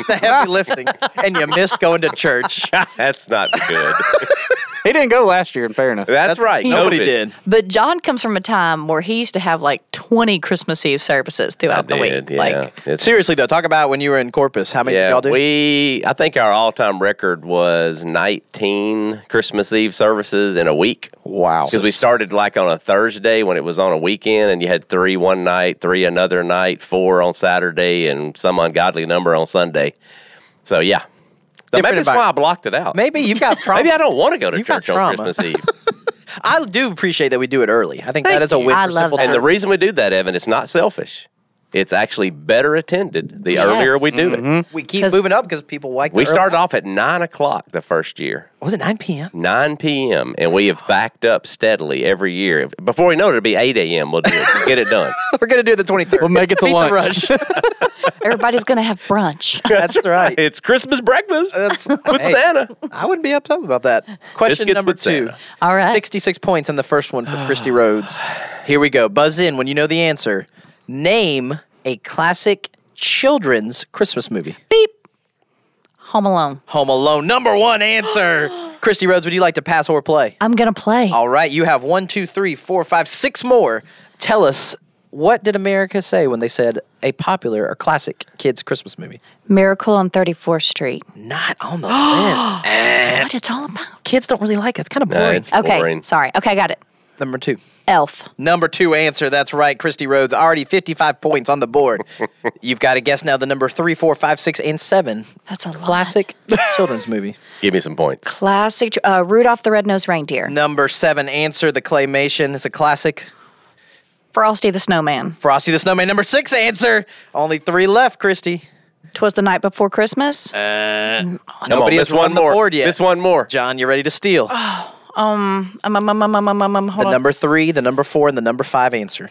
[SPEAKER 1] The heavy lifting, and you missed going to
[SPEAKER 6] [laughs]
[SPEAKER 1] church.
[SPEAKER 7] That's not good. [laughs]
[SPEAKER 3] He didn't go last year. In fairness,
[SPEAKER 7] That's right.
[SPEAKER 1] Nobody
[SPEAKER 7] COVID.
[SPEAKER 1] did.
[SPEAKER 6] But John comes from a time where he used to have like 20 Christmas Eve services
[SPEAKER 7] I
[SPEAKER 6] throughout the
[SPEAKER 7] did,
[SPEAKER 6] week.
[SPEAKER 7] yeah.
[SPEAKER 6] Oh, Like,
[SPEAKER 7] It's-
[SPEAKER 1] Seriously though, talk about when you were in Corpus. How many did
[SPEAKER 7] yeah,
[SPEAKER 1] y'all do?
[SPEAKER 7] we. I think our all-time record was 19 Christmas Eve services in a week.
[SPEAKER 3] wow.
[SPEAKER 7] Because we started like on a Thursday when it was on a weekend, and you had three one night, three another night, four on Saturday, and some ungodly number on Sunday. So yeah, so
[SPEAKER 1] Different
[SPEAKER 7] maybe that's why I
[SPEAKER 1] environment.
[SPEAKER 7] blocked it out.
[SPEAKER 1] Maybe you've got trauma.
[SPEAKER 7] [laughs] Maybe I don't want to go to
[SPEAKER 1] You've got
[SPEAKER 7] church on
[SPEAKER 1] trauma.
[SPEAKER 7] Christmas
[SPEAKER 1] [laughs]
[SPEAKER 7] Eve.
[SPEAKER 1] I do appreciate that we do it early. I think
[SPEAKER 6] Thank
[SPEAKER 1] that is a
[SPEAKER 6] you.
[SPEAKER 1] win.
[SPEAKER 6] I
[SPEAKER 1] for
[SPEAKER 6] love
[SPEAKER 1] Simple
[SPEAKER 6] that.
[SPEAKER 7] and
[SPEAKER 1] Truth.
[SPEAKER 7] the reason we do that, Evan, it's not selfish. It's actually better attended the earlier we do it.
[SPEAKER 1] we keep
[SPEAKER 6] 'Cause-
[SPEAKER 1] moving up because people like.
[SPEAKER 7] We
[SPEAKER 1] the early-
[SPEAKER 7] started off at nine o'clock the first year.
[SPEAKER 1] Was it 9 p.m.?
[SPEAKER 7] [laughs] 9 p.m. and we have backed up steadily every year. Before we know it, it'll be 8 a.m. We'll do it. Just get it done.
[SPEAKER 1] We're gonna do the 23rd.
[SPEAKER 3] We'll make it to
[SPEAKER 1] Beat the
[SPEAKER 3] lunch.
[SPEAKER 1] rush.
[SPEAKER 6] [laughs] everybody's going to have
[SPEAKER 7] [laughs]
[SPEAKER 6] brunch.
[SPEAKER 1] That's right.
[SPEAKER 7] It's Christmas breakfast with
[SPEAKER 1] Hey,
[SPEAKER 7] Santa.
[SPEAKER 1] I wouldn't be upset about
[SPEAKER 6] [laughs]
[SPEAKER 1] that. Question
[SPEAKER 7] Biscuits
[SPEAKER 1] number
[SPEAKER 7] with
[SPEAKER 1] two.
[SPEAKER 7] Santa.
[SPEAKER 6] All right.
[SPEAKER 1] 66 points on the first one for
[SPEAKER 6] [sighs]
[SPEAKER 1] Christy Rhodes. Here we go. Buzz in when you know the answer. Name a classic children's Christmas movie.
[SPEAKER 6] Beep. Home Alone.
[SPEAKER 1] Home Alone. Number one
[SPEAKER 6] [gasps]
[SPEAKER 1] answer. Christy Rhodes, would you like to pass or play?
[SPEAKER 6] I'm going to play.
[SPEAKER 1] All right, you have one, two, three, four, five, six more. Tell us what did America say when they said a popular or classic kids Christmas movie?
[SPEAKER 6] Miracle on 34th Street.
[SPEAKER 1] Not on
[SPEAKER 6] [gasps]
[SPEAKER 1] the list. Eh,
[SPEAKER 6] What it's all about.
[SPEAKER 1] Kids don't really like it. It's kind of boring.
[SPEAKER 7] it's-
[SPEAKER 6] Okay.
[SPEAKER 7] Boring.
[SPEAKER 6] Sorry. Okay, I got it.
[SPEAKER 1] Number two.
[SPEAKER 6] Elf.
[SPEAKER 1] Number two answer. That's right. Christy Rhodes already 55 points on the [laughs] board. You've got to guess now the number three, four, five, six, and seven.
[SPEAKER 6] That's a lot. [laughs]
[SPEAKER 1] classic children's movie.
[SPEAKER 7] Give me some points.
[SPEAKER 6] Classic uh, Rudolph the Red-Nosed Reindeer.
[SPEAKER 1] Number seven answer. The claymation is a classic.
[SPEAKER 6] Frosty the Snowman.
[SPEAKER 1] Frosty the Snowman. Number six answer. Only three left, Christy.
[SPEAKER 6] Twas the night before Christmas.
[SPEAKER 7] Come
[SPEAKER 1] Nobody
[SPEAKER 7] on,
[SPEAKER 1] has
[SPEAKER 7] miss one
[SPEAKER 1] won the
[SPEAKER 7] more.
[SPEAKER 1] board yet.
[SPEAKER 7] Miss one more.
[SPEAKER 1] John, you ready to steal?
[SPEAKER 7] Oh.
[SPEAKER 6] um, um, um, um, um, um, um, um, hold
[SPEAKER 1] the
[SPEAKER 6] on.
[SPEAKER 1] number three, the number four, and the number five answer.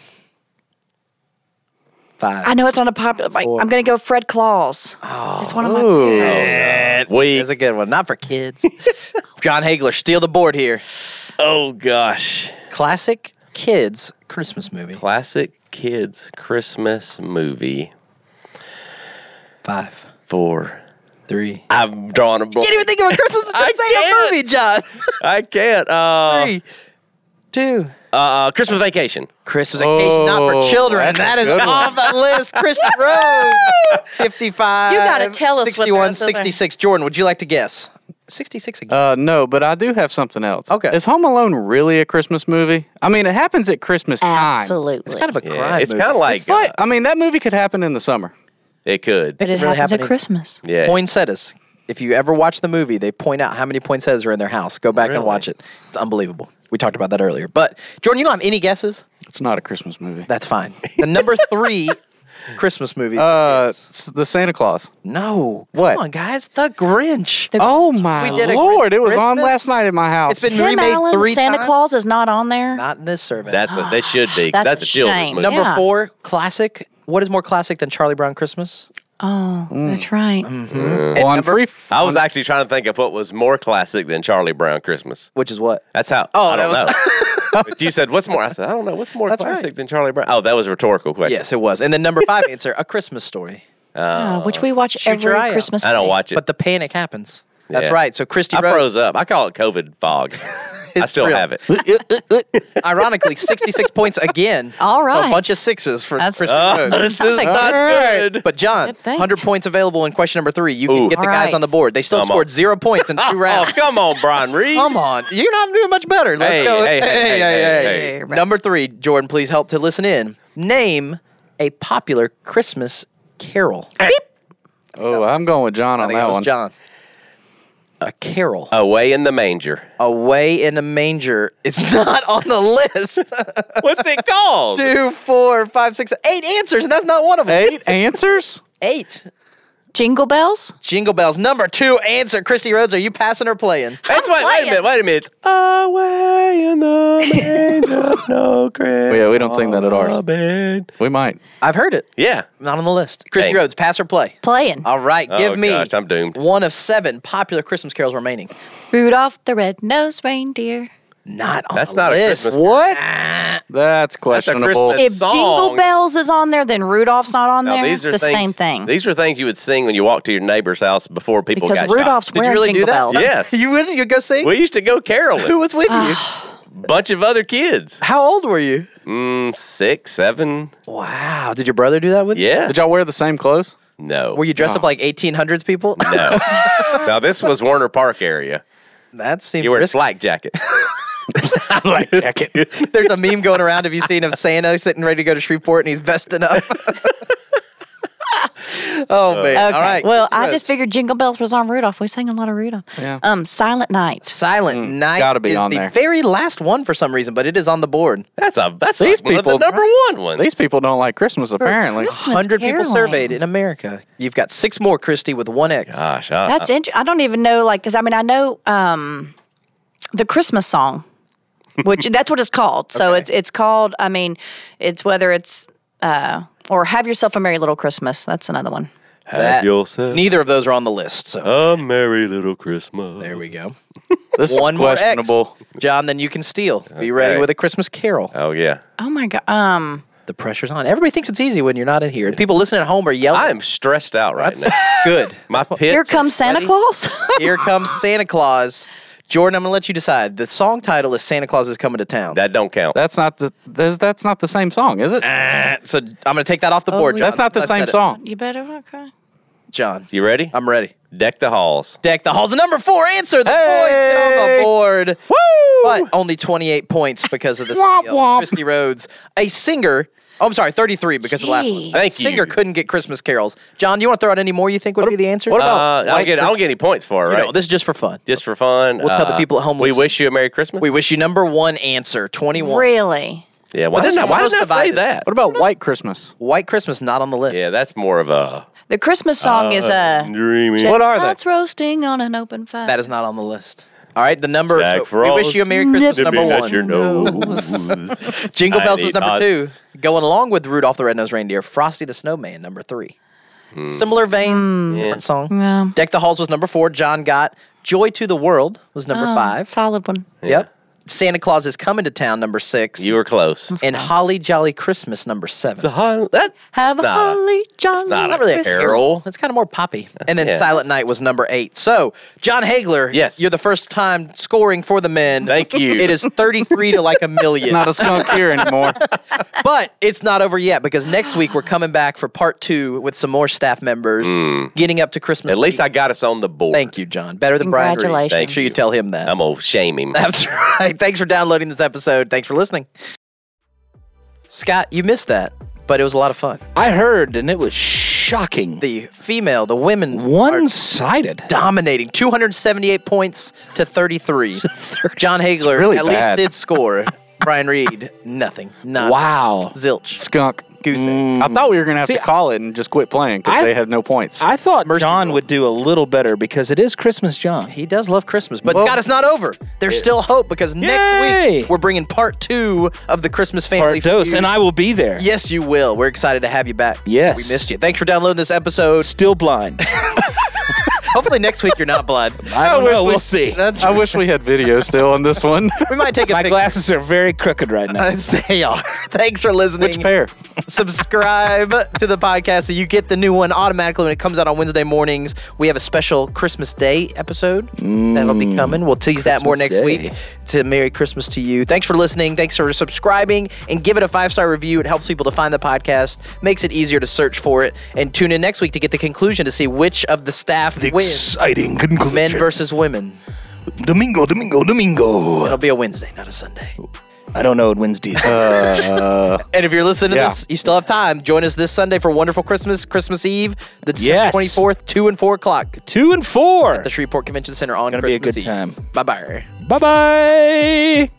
[SPEAKER 1] Five.
[SPEAKER 6] I know it's not a popular. Like, I'm going to go Fred Claus.
[SPEAKER 1] Oh.
[SPEAKER 6] it's one of my favorites.
[SPEAKER 7] We.
[SPEAKER 1] That's a good one. Not for kids. [laughs] John Hagler, steal the board here.
[SPEAKER 7] Oh gosh.
[SPEAKER 1] Classic kids Christmas movie.
[SPEAKER 7] Classic kids Christmas movie
[SPEAKER 1] Five,
[SPEAKER 7] for.
[SPEAKER 1] three.
[SPEAKER 7] I'm drawing a blank.
[SPEAKER 1] Can't even think of a Christmas
[SPEAKER 7] [laughs] I can't.
[SPEAKER 1] movie, John.
[SPEAKER 7] I can't. Uh,
[SPEAKER 1] Three, two.
[SPEAKER 7] uh, Christmas vacation.
[SPEAKER 1] Christmas vacation, not
[SPEAKER 7] Oh,
[SPEAKER 1] for children. That is off the list.
[SPEAKER 7] [laughs]
[SPEAKER 1] Christian Rose, 55.
[SPEAKER 6] You gotta tell us what
[SPEAKER 1] 61,
[SPEAKER 6] those other-
[SPEAKER 1] 66. Jordan, would you like to guess? 66 again.
[SPEAKER 3] Uh, no, but I do have something else.
[SPEAKER 1] Okay.
[SPEAKER 3] Is Home Alone really a Christmas movie? I mean, it happens at Christmas time.
[SPEAKER 6] Absolutely.
[SPEAKER 1] it's kind of a
[SPEAKER 7] Yeah,
[SPEAKER 1] crime.
[SPEAKER 7] it's
[SPEAKER 1] movie.
[SPEAKER 7] kind of like,
[SPEAKER 3] It's like,
[SPEAKER 7] uh,
[SPEAKER 3] I mean, that movie could happen in the summer.
[SPEAKER 7] it could.
[SPEAKER 6] But it
[SPEAKER 1] really
[SPEAKER 6] happens at
[SPEAKER 1] happening.
[SPEAKER 6] Christmas.
[SPEAKER 7] Yeah.
[SPEAKER 1] poinsettias. If you ever watch the movie, they point out how many poinsettias are in their house. Go back and watch it. It's unbelievable. We talked about that earlier. But Jordan, you don't have any guesses?
[SPEAKER 3] It's not a Christmas movie.
[SPEAKER 1] That's fine. The number three Christmas movie.
[SPEAKER 3] uh,
[SPEAKER 1] is-
[SPEAKER 3] it's the Santa Claus.
[SPEAKER 1] no.
[SPEAKER 3] what?
[SPEAKER 1] Come on, guys. The Grinch.
[SPEAKER 3] Oh my
[SPEAKER 1] We did a
[SPEAKER 3] lord! It was on
[SPEAKER 1] Christmas-
[SPEAKER 3] last night at my house.
[SPEAKER 1] It's been
[SPEAKER 6] Tim
[SPEAKER 1] remade
[SPEAKER 6] Allen,
[SPEAKER 1] three
[SPEAKER 6] Santa
[SPEAKER 1] times.
[SPEAKER 6] Claus is not on there.
[SPEAKER 1] Not in this survey.
[SPEAKER 7] That's a, that should be.
[SPEAKER 6] That's
[SPEAKER 7] That's,
[SPEAKER 6] a
[SPEAKER 7] a children's
[SPEAKER 6] shame.
[SPEAKER 7] movie.
[SPEAKER 1] number
[SPEAKER 6] yeah.
[SPEAKER 1] four, classic. What is more classic than Charlie Brown Christmas?
[SPEAKER 6] oh, that's right.
[SPEAKER 1] Mm.
[SPEAKER 3] on free. f-
[SPEAKER 7] I was actually trying to think of what was more classic than Charlie Brown Christmas.
[SPEAKER 1] Which is what?
[SPEAKER 7] That's how.
[SPEAKER 1] Oh,
[SPEAKER 7] I don't
[SPEAKER 1] that [laughs]
[SPEAKER 7] know. but you said what's more? I said I don't know. What's more classic than Charlie Brown? Oh, that was a rhetorical question.
[SPEAKER 1] Yes, it was. And then number five [laughs] answer, a Christmas story.
[SPEAKER 6] Yeah, which we watch
[SPEAKER 1] Shoot your eye
[SPEAKER 6] every
[SPEAKER 1] out.
[SPEAKER 6] Christmas.
[SPEAKER 7] I don't
[SPEAKER 6] Day.
[SPEAKER 7] watch it.
[SPEAKER 1] But the panic happens. That's
[SPEAKER 7] Yeah.
[SPEAKER 1] right. So Christy
[SPEAKER 7] I
[SPEAKER 1] Rose. [laughs]
[SPEAKER 7] froze up. I call it COVID fog. I still
[SPEAKER 1] real.
[SPEAKER 7] have it.
[SPEAKER 6] [laughs]
[SPEAKER 1] Ironically, 66 points again.
[SPEAKER 6] All
[SPEAKER 1] So
[SPEAKER 6] right.
[SPEAKER 1] a bunch of sixes for
[SPEAKER 6] That's-
[SPEAKER 1] Chris
[SPEAKER 7] Uh,
[SPEAKER 1] Hogue.
[SPEAKER 7] this is
[SPEAKER 6] Sounds like
[SPEAKER 7] not
[SPEAKER 6] good.
[SPEAKER 7] good.
[SPEAKER 1] But John,
[SPEAKER 6] Good thing.
[SPEAKER 1] 100 points available in question number three. You
[SPEAKER 7] Ooh.
[SPEAKER 1] can get the
[SPEAKER 6] All
[SPEAKER 1] guys
[SPEAKER 6] right.
[SPEAKER 1] on the board. They still
[SPEAKER 7] Come
[SPEAKER 1] scored
[SPEAKER 7] on.
[SPEAKER 1] zero
[SPEAKER 7] [laughs]
[SPEAKER 1] points in two
[SPEAKER 7] Oh,
[SPEAKER 1] rounds.
[SPEAKER 7] come on,
[SPEAKER 1] [laughs]
[SPEAKER 7] Brian Reed.
[SPEAKER 1] Come on. You're not doing much better. Let's
[SPEAKER 7] Hey,
[SPEAKER 1] go.
[SPEAKER 7] hey, hey, hey, hey,
[SPEAKER 6] hey. Right.
[SPEAKER 1] Number three, Jordan, please help to listen in. Name a popular Christmas carol. I
[SPEAKER 3] Oh, I'm going with John on
[SPEAKER 1] think
[SPEAKER 3] that
[SPEAKER 1] was
[SPEAKER 3] one.
[SPEAKER 1] John. A carol.
[SPEAKER 7] Away in the manger.
[SPEAKER 1] Oh. Away in the manger. It's [laughs] not on the list.
[SPEAKER 7] [laughs] What's it called?
[SPEAKER 1] Two, four, five, six, eight answers, and that's not one of them.
[SPEAKER 3] Eight [laughs] answers?
[SPEAKER 1] Eight.
[SPEAKER 6] Jingle bells?
[SPEAKER 1] Jingle bells. Number two answer. Christy Rhodes, are you passing or playing?
[SPEAKER 7] That's why. Wait a
[SPEAKER 6] playing.
[SPEAKER 7] minute. Wait a minute. It's away in the
[SPEAKER 1] [laughs]
[SPEAKER 7] manger. no Chris.
[SPEAKER 3] Yeah, we don't sing that at ours. We might.
[SPEAKER 1] I've heard it.
[SPEAKER 7] Yeah.
[SPEAKER 1] Not on the list. Christy
[SPEAKER 7] Dang.
[SPEAKER 1] Rhodes, pass or play?
[SPEAKER 6] Playing.
[SPEAKER 1] All right,
[SPEAKER 7] Oh,
[SPEAKER 1] give me
[SPEAKER 7] gosh, I'm doomed.
[SPEAKER 1] one of seven popular Christmas carols remaining.
[SPEAKER 6] Rudolph the red-nosed reindeer.
[SPEAKER 1] Not on
[SPEAKER 7] That's
[SPEAKER 1] the
[SPEAKER 7] not a
[SPEAKER 1] list.
[SPEAKER 7] Christmas carol.
[SPEAKER 1] What?
[SPEAKER 3] That's
[SPEAKER 7] a
[SPEAKER 3] questionable.
[SPEAKER 7] Christmas-
[SPEAKER 6] If
[SPEAKER 7] Song.
[SPEAKER 6] Jingle Bells is on there, then Rudolph's not on
[SPEAKER 7] Now,
[SPEAKER 6] there. It's
[SPEAKER 7] these are
[SPEAKER 6] the
[SPEAKER 7] things,
[SPEAKER 6] same thing.
[SPEAKER 7] These are things you would sing when you walked to your neighbor's house before people
[SPEAKER 6] because
[SPEAKER 7] got
[SPEAKER 6] Rudolph's
[SPEAKER 1] Did you
[SPEAKER 6] wearing
[SPEAKER 1] really do
[SPEAKER 6] Jingle
[SPEAKER 1] that?
[SPEAKER 6] Bells.
[SPEAKER 7] Yes.
[SPEAKER 1] [laughs] You wouldn't? You'd go sing?
[SPEAKER 7] shot. We used to go
[SPEAKER 1] Who
[SPEAKER 6] [laughs]
[SPEAKER 7] caroling.
[SPEAKER 1] was with you?
[SPEAKER 6] Ah.
[SPEAKER 7] Bunch of other kids.
[SPEAKER 1] How old were you?
[SPEAKER 7] Mm, six, seven.
[SPEAKER 1] Wow. Did your brother do that with you?
[SPEAKER 7] Yeah.
[SPEAKER 3] Did y'all wear the same clothes?
[SPEAKER 7] No.
[SPEAKER 1] Were you dressed up like 1800s people?
[SPEAKER 7] No. now this was Warner Park area.
[SPEAKER 1] [laughs] that seems
[SPEAKER 7] You were a
[SPEAKER 1] risky.
[SPEAKER 7] slack jacket.
[SPEAKER 3] Black jacket.
[SPEAKER 1] There's a meme going around. Have you seen of Santa sitting ready to go to Shreveport and he's vesting up? [laughs] oh, man.
[SPEAKER 6] Okay.
[SPEAKER 1] All right.
[SPEAKER 6] well,
[SPEAKER 1] Christy
[SPEAKER 6] I just
[SPEAKER 1] Rhodes.
[SPEAKER 6] figured Jingle Bells was on Rudolph. We sang a lot of Rudolph.
[SPEAKER 3] Yeah.
[SPEAKER 6] Um, Silent Night.
[SPEAKER 1] Silent Night
[SPEAKER 3] Mm, gotta be
[SPEAKER 1] is
[SPEAKER 3] on
[SPEAKER 1] the
[SPEAKER 3] there.
[SPEAKER 1] very last one for some reason, but it is on the board.
[SPEAKER 7] That's a that's
[SPEAKER 3] These
[SPEAKER 7] like one of the
[SPEAKER 3] people-
[SPEAKER 7] number one one.
[SPEAKER 3] These people don't like Christmas, apparently.
[SPEAKER 6] Christmas
[SPEAKER 1] hundred people
[SPEAKER 6] caroling.
[SPEAKER 1] surveyed in America. You've got six more, Christy, with one X.
[SPEAKER 7] Gosh, uh, I,
[SPEAKER 1] Uh,
[SPEAKER 6] That's interesting. I don't even know, like, because I mean, I know um, the Christmas
[SPEAKER 1] [laughs]
[SPEAKER 6] song, which that's what it's called. So it's it's called. I mean, it's whether it's uh, or have yourself a merry little Christmas. That's another one.
[SPEAKER 7] have yourself
[SPEAKER 1] Neither of those are on the list. So
[SPEAKER 7] a merry little Christmas.
[SPEAKER 1] there we go.
[SPEAKER 3] Oh. [laughs] This is
[SPEAKER 1] One more X.
[SPEAKER 3] questionable.
[SPEAKER 1] John, then you can steal. Be ready
[SPEAKER 7] Okay.
[SPEAKER 1] with a Christmas carol.
[SPEAKER 7] Oh yeah.
[SPEAKER 6] Oh my god. Um,
[SPEAKER 1] The pressure's on. Everybody thinks it's easy when you're not in here. People listening at home are yelling.
[SPEAKER 7] I am stressed out right now.
[SPEAKER 1] good.
[SPEAKER 7] My pits
[SPEAKER 6] here
[SPEAKER 7] are
[SPEAKER 6] comes Santa
[SPEAKER 7] sweaty.
[SPEAKER 1] [laughs]
[SPEAKER 6] Claus.
[SPEAKER 1] Here comes Santa Claus. Jordan, I'm gonna let you decide. The song title is Santa Claus is coming to town.
[SPEAKER 7] That don't count.
[SPEAKER 3] That's not the that's, that's not the same song, is it?
[SPEAKER 1] so I'm gonna take that off the board. John.
[SPEAKER 3] that's not the
[SPEAKER 1] Uh, I said
[SPEAKER 3] same
[SPEAKER 1] it.
[SPEAKER 3] song.
[SPEAKER 6] you better not cry.
[SPEAKER 1] John.
[SPEAKER 7] you ready?
[SPEAKER 1] I'm ready.
[SPEAKER 7] Deck the halls.
[SPEAKER 1] Deck the halls. The number four answer. The boys get on the
[SPEAKER 3] Hey!
[SPEAKER 1] board.
[SPEAKER 3] Woo!
[SPEAKER 7] uh,
[SPEAKER 1] but only 28 points because of this
[SPEAKER 3] Womp
[SPEAKER 1] deal.
[SPEAKER 3] womp.
[SPEAKER 1] Christy Rhodes, a singer. Oh, I'm sorry, 33 because of the last one.
[SPEAKER 6] Jeez.
[SPEAKER 7] Thank
[SPEAKER 1] a singer
[SPEAKER 7] you.
[SPEAKER 1] couldn't get Christmas carols. John, you want to throw out any more you think would be the answer?
[SPEAKER 3] what
[SPEAKER 7] Uh,
[SPEAKER 3] about-
[SPEAKER 7] I don't
[SPEAKER 3] Like
[SPEAKER 7] get. I don't get any points for it,
[SPEAKER 1] you
[SPEAKER 7] right?
[SPEAKER 1] know, this is just for fun.
[SPEAKER 7] just for fun.
[SPEAKER 1] We'll tell the
[SPEAKER 7] Uh,
[SPEAKER 1] people at home
[SPEAKER 7] We
[SPEAKER 1] listening.
[SPEAKER 7] wish you a merry Christmas.
[SPEAKER 1] We wish you number one answer, 21.
[SPEAKER 6] Really?
[SPEAKER 7] yeah. Why
[SPEAKER 1] Well, this
[SPEAKER 7] didn't I,
[SPEAKER 1] is
[SPEAKER 7] why
[SPEAKER 1] most
[SPEAKER 7] didn't I say
[SPEAKER 1] divided.
[SPEAKER 7] that?
[SPEAKER 3] What about White Christmas?
[SPEAKER 1] White Christmas not on the list.
[SPEAKER 7] Yeah, that's more of a
[SPEAKER 6] The Christmas
[SPEAKER 1] Uh,
[SPEAKER 6] song is a.
[SPEAKER 7] dreamy.
[SPEAKER 3] uh, What are they?
[SPEAKER 6] That's roasting on an open fire.
[SPEAKER 1] That is not on the list. All right, the number.
[SPEAKER 7] Jack
[SPEAKER 1] so we wish
[SPEAKER 7] Frost.
[SPEAKER 1] you a Merry Christmas, number one.
[SPEAKER 7] nose.
[SPEAKER 1] Jingle
[SPEAKER 7] I
[SPEAKER 1] Bells is
[SPEAKER 7] need
[SPEAKER 1] number
[SPEAKER 7] nuts.
[SPEAKER 1] two. Going along with Rudolph the Red-Nosed Reindeer, Frosty the Snowman, number three.
[SPEAKER 7] Hmm.
[SPEAKER 1] Similar vein, different song.
[SPEAKER 6] Yeah.
[SPEAKER 1] Deck the Halls was number four. John got Joy to the World was number five.
[SPEAKER 6] solid one.
[SPEAKER 1] Yep. Santa Claus is coming to town, number six.
[SPEAKER 7] You were close.
[SPEAKER 1] [laughs] and Holly Jolly Christmas, number seven.
[SPEAKER 7] The hol- that-
[SPEAKER 6] Have
[SPEAKER 7] it's
[SPEAKER 6] a
[SPEAKER 7] not
[SPEAKER 6] holly jolly.
[SPEAKER 7] not
[SPEAKER 1] not really a
[SPEAKER 6] Christmas.
[SPEAKER 1] carol. It's kind of more poppy. And then
[SPEAKER 7] Yeah.
[SPEAKER 1] Silent Night was number eight. So, John Hagler,
[SPEAKER 7] Yes.
[SPEAKER 1] you're the first time scoring for the men.
[SPEAKER 7] Thank you.
[SPEAKER 1] It is 33 to like a
[SPEAKER 7] [laughs]
[SPEAKER 1] million.
[SPEAKER 3] Not a skunk here anymore.
[SPEAKER 1] [laughs] But it's not over yet because next week we're coming back for part two with some more staff members getting up to Christmas.
[SPEAKER 7] Hmm. At least
[SPEAKER 1] week.
[SPEAKER 7] I got us on the board.
[SPEAKER 1] Thank you, John. Better than Brian. Reed.
[SPEAKER 6] Congratulations.
[SPEAKER 1] Make sure you tell him that. [laughs]
[SPEAKER 7] I'm gonna shame him.
[SPEAKER 1] That's right. Thanks for downloading this episode. Thanks for listening. Scott, you missed that, but it was a lot of fun.
[SPEAKER 2] I heard, and it was shocking.
[SPEAKER 1] The female, the women
[SPEAKER 2] One sided.
[SPEAKER 1] dominating 278 points to 33. John Hagler
[SPEAKER 3] really
[SPEAKER 1] at
[SPEAKER 3] bad.
[SPEAKER 1] least did score. Brian Reed, nothing. Not
[SPEAKER 2] Wow.
[SPEAKER 1] Zilch.
[SPEAKER 3] Skunk.
[SPEAKER 1] Goose egg.
[SPEAKER 3] I thought we were gonna have
[SPEAKER 2] See,
[SPEAKER 3] to call it and just quit playing because
[SPEAKER 2] I-
[SPEAKER 3] they have no points.
[SPEAKER 2] I thought John would do a little better because it is Christmas, John.
[SPEAKER 1] He does love Christmas, but
[SPEAKER 2] Well-
[SPEAKER 1] Scott, it's not over. There's still hope because next
[SPEAKER 2] Yay!
[SPEAKER 1] week we're bringing part two of the Christmas family.
[SPEAKER 2] Part dose,
[SPEAKER 1] feud.
[SPEAKER 2] and I will be there.
[SPEAKER 1] yes, you will. We're excited to have you back.
[SPEAKER 2] Yes. [laughs]
[SPEAKER 1] [laughs] we missed you. Thanks for downloading this episode.
[SPEAKER 2] Still blind.
[SPEAKER 1] Hopefully next week you're not blind.
[SPEAKER 2] I don't know. We'll see.
[SPEAKER 1] That's
[SPEAKER 3] I wish we had video still on this one.
[SPEAKER 1] we might take a
[SPEAKER 2] My
[SPEAKER 1] pic- [laughs]
[SPEAKER 2] glasses are very crooked right now.
[SPEAKER 1] They are. Thanks for listening.
[SPEAKER 3] Which pair?
[SPEAKER 1] subscribe [laughs] to the podcast so you get the new one automatically when it comes out on Wednesday mornings. We have a special Christmas Day episode that'll be coming. We'll tease that more next
[SPEAKER 2] Mm, Christmas Day.
[SPEAKER 1] week. To Merry Christmas to you. Thanks for listening. Thanks for subscribing and give it a five star review. It helps people to find the podcast, makes it easier to search for it, and tune in next week to get the conclusion to see which of the staff
[SPEAKER 2] The
[SPEAKER 1] wins.
[SPEAKER 2] exciting
[SPEAKER 1] Men
[SPEAKER 2] conclusion.
[SPEAKER 1] versus women.
[SPEAKER 2] Domingo, Domingo, Domingo.
[SPEAKER 1] It'll be a Wednesday, not a Sunday.
[SPEAKER 2] I don't know what Wednesday is. Uh,
[SPEAKER 1] [laughs] And if you're listening to
[SPEAKER 3] Yeah.
[SPEAKER 1] this, you still have time. Join us this Sunday for Wonderful Christmas, Christmas Eve, the
[SPEAKER 2] Yes.
[SPEAKER 1] 24th, 2 and 4 o'clock.
[SPEAKER 2] Two and four.
[SPEAKER 1] The Shreveport Convention Center on
[SPEAKER 2] Gonna be a
[SPEAKER 1] Christmas
[SPEAKER 2] good time.
[SPEAKER 1] Bye bye.
[SPEAKER 2] Bye bye.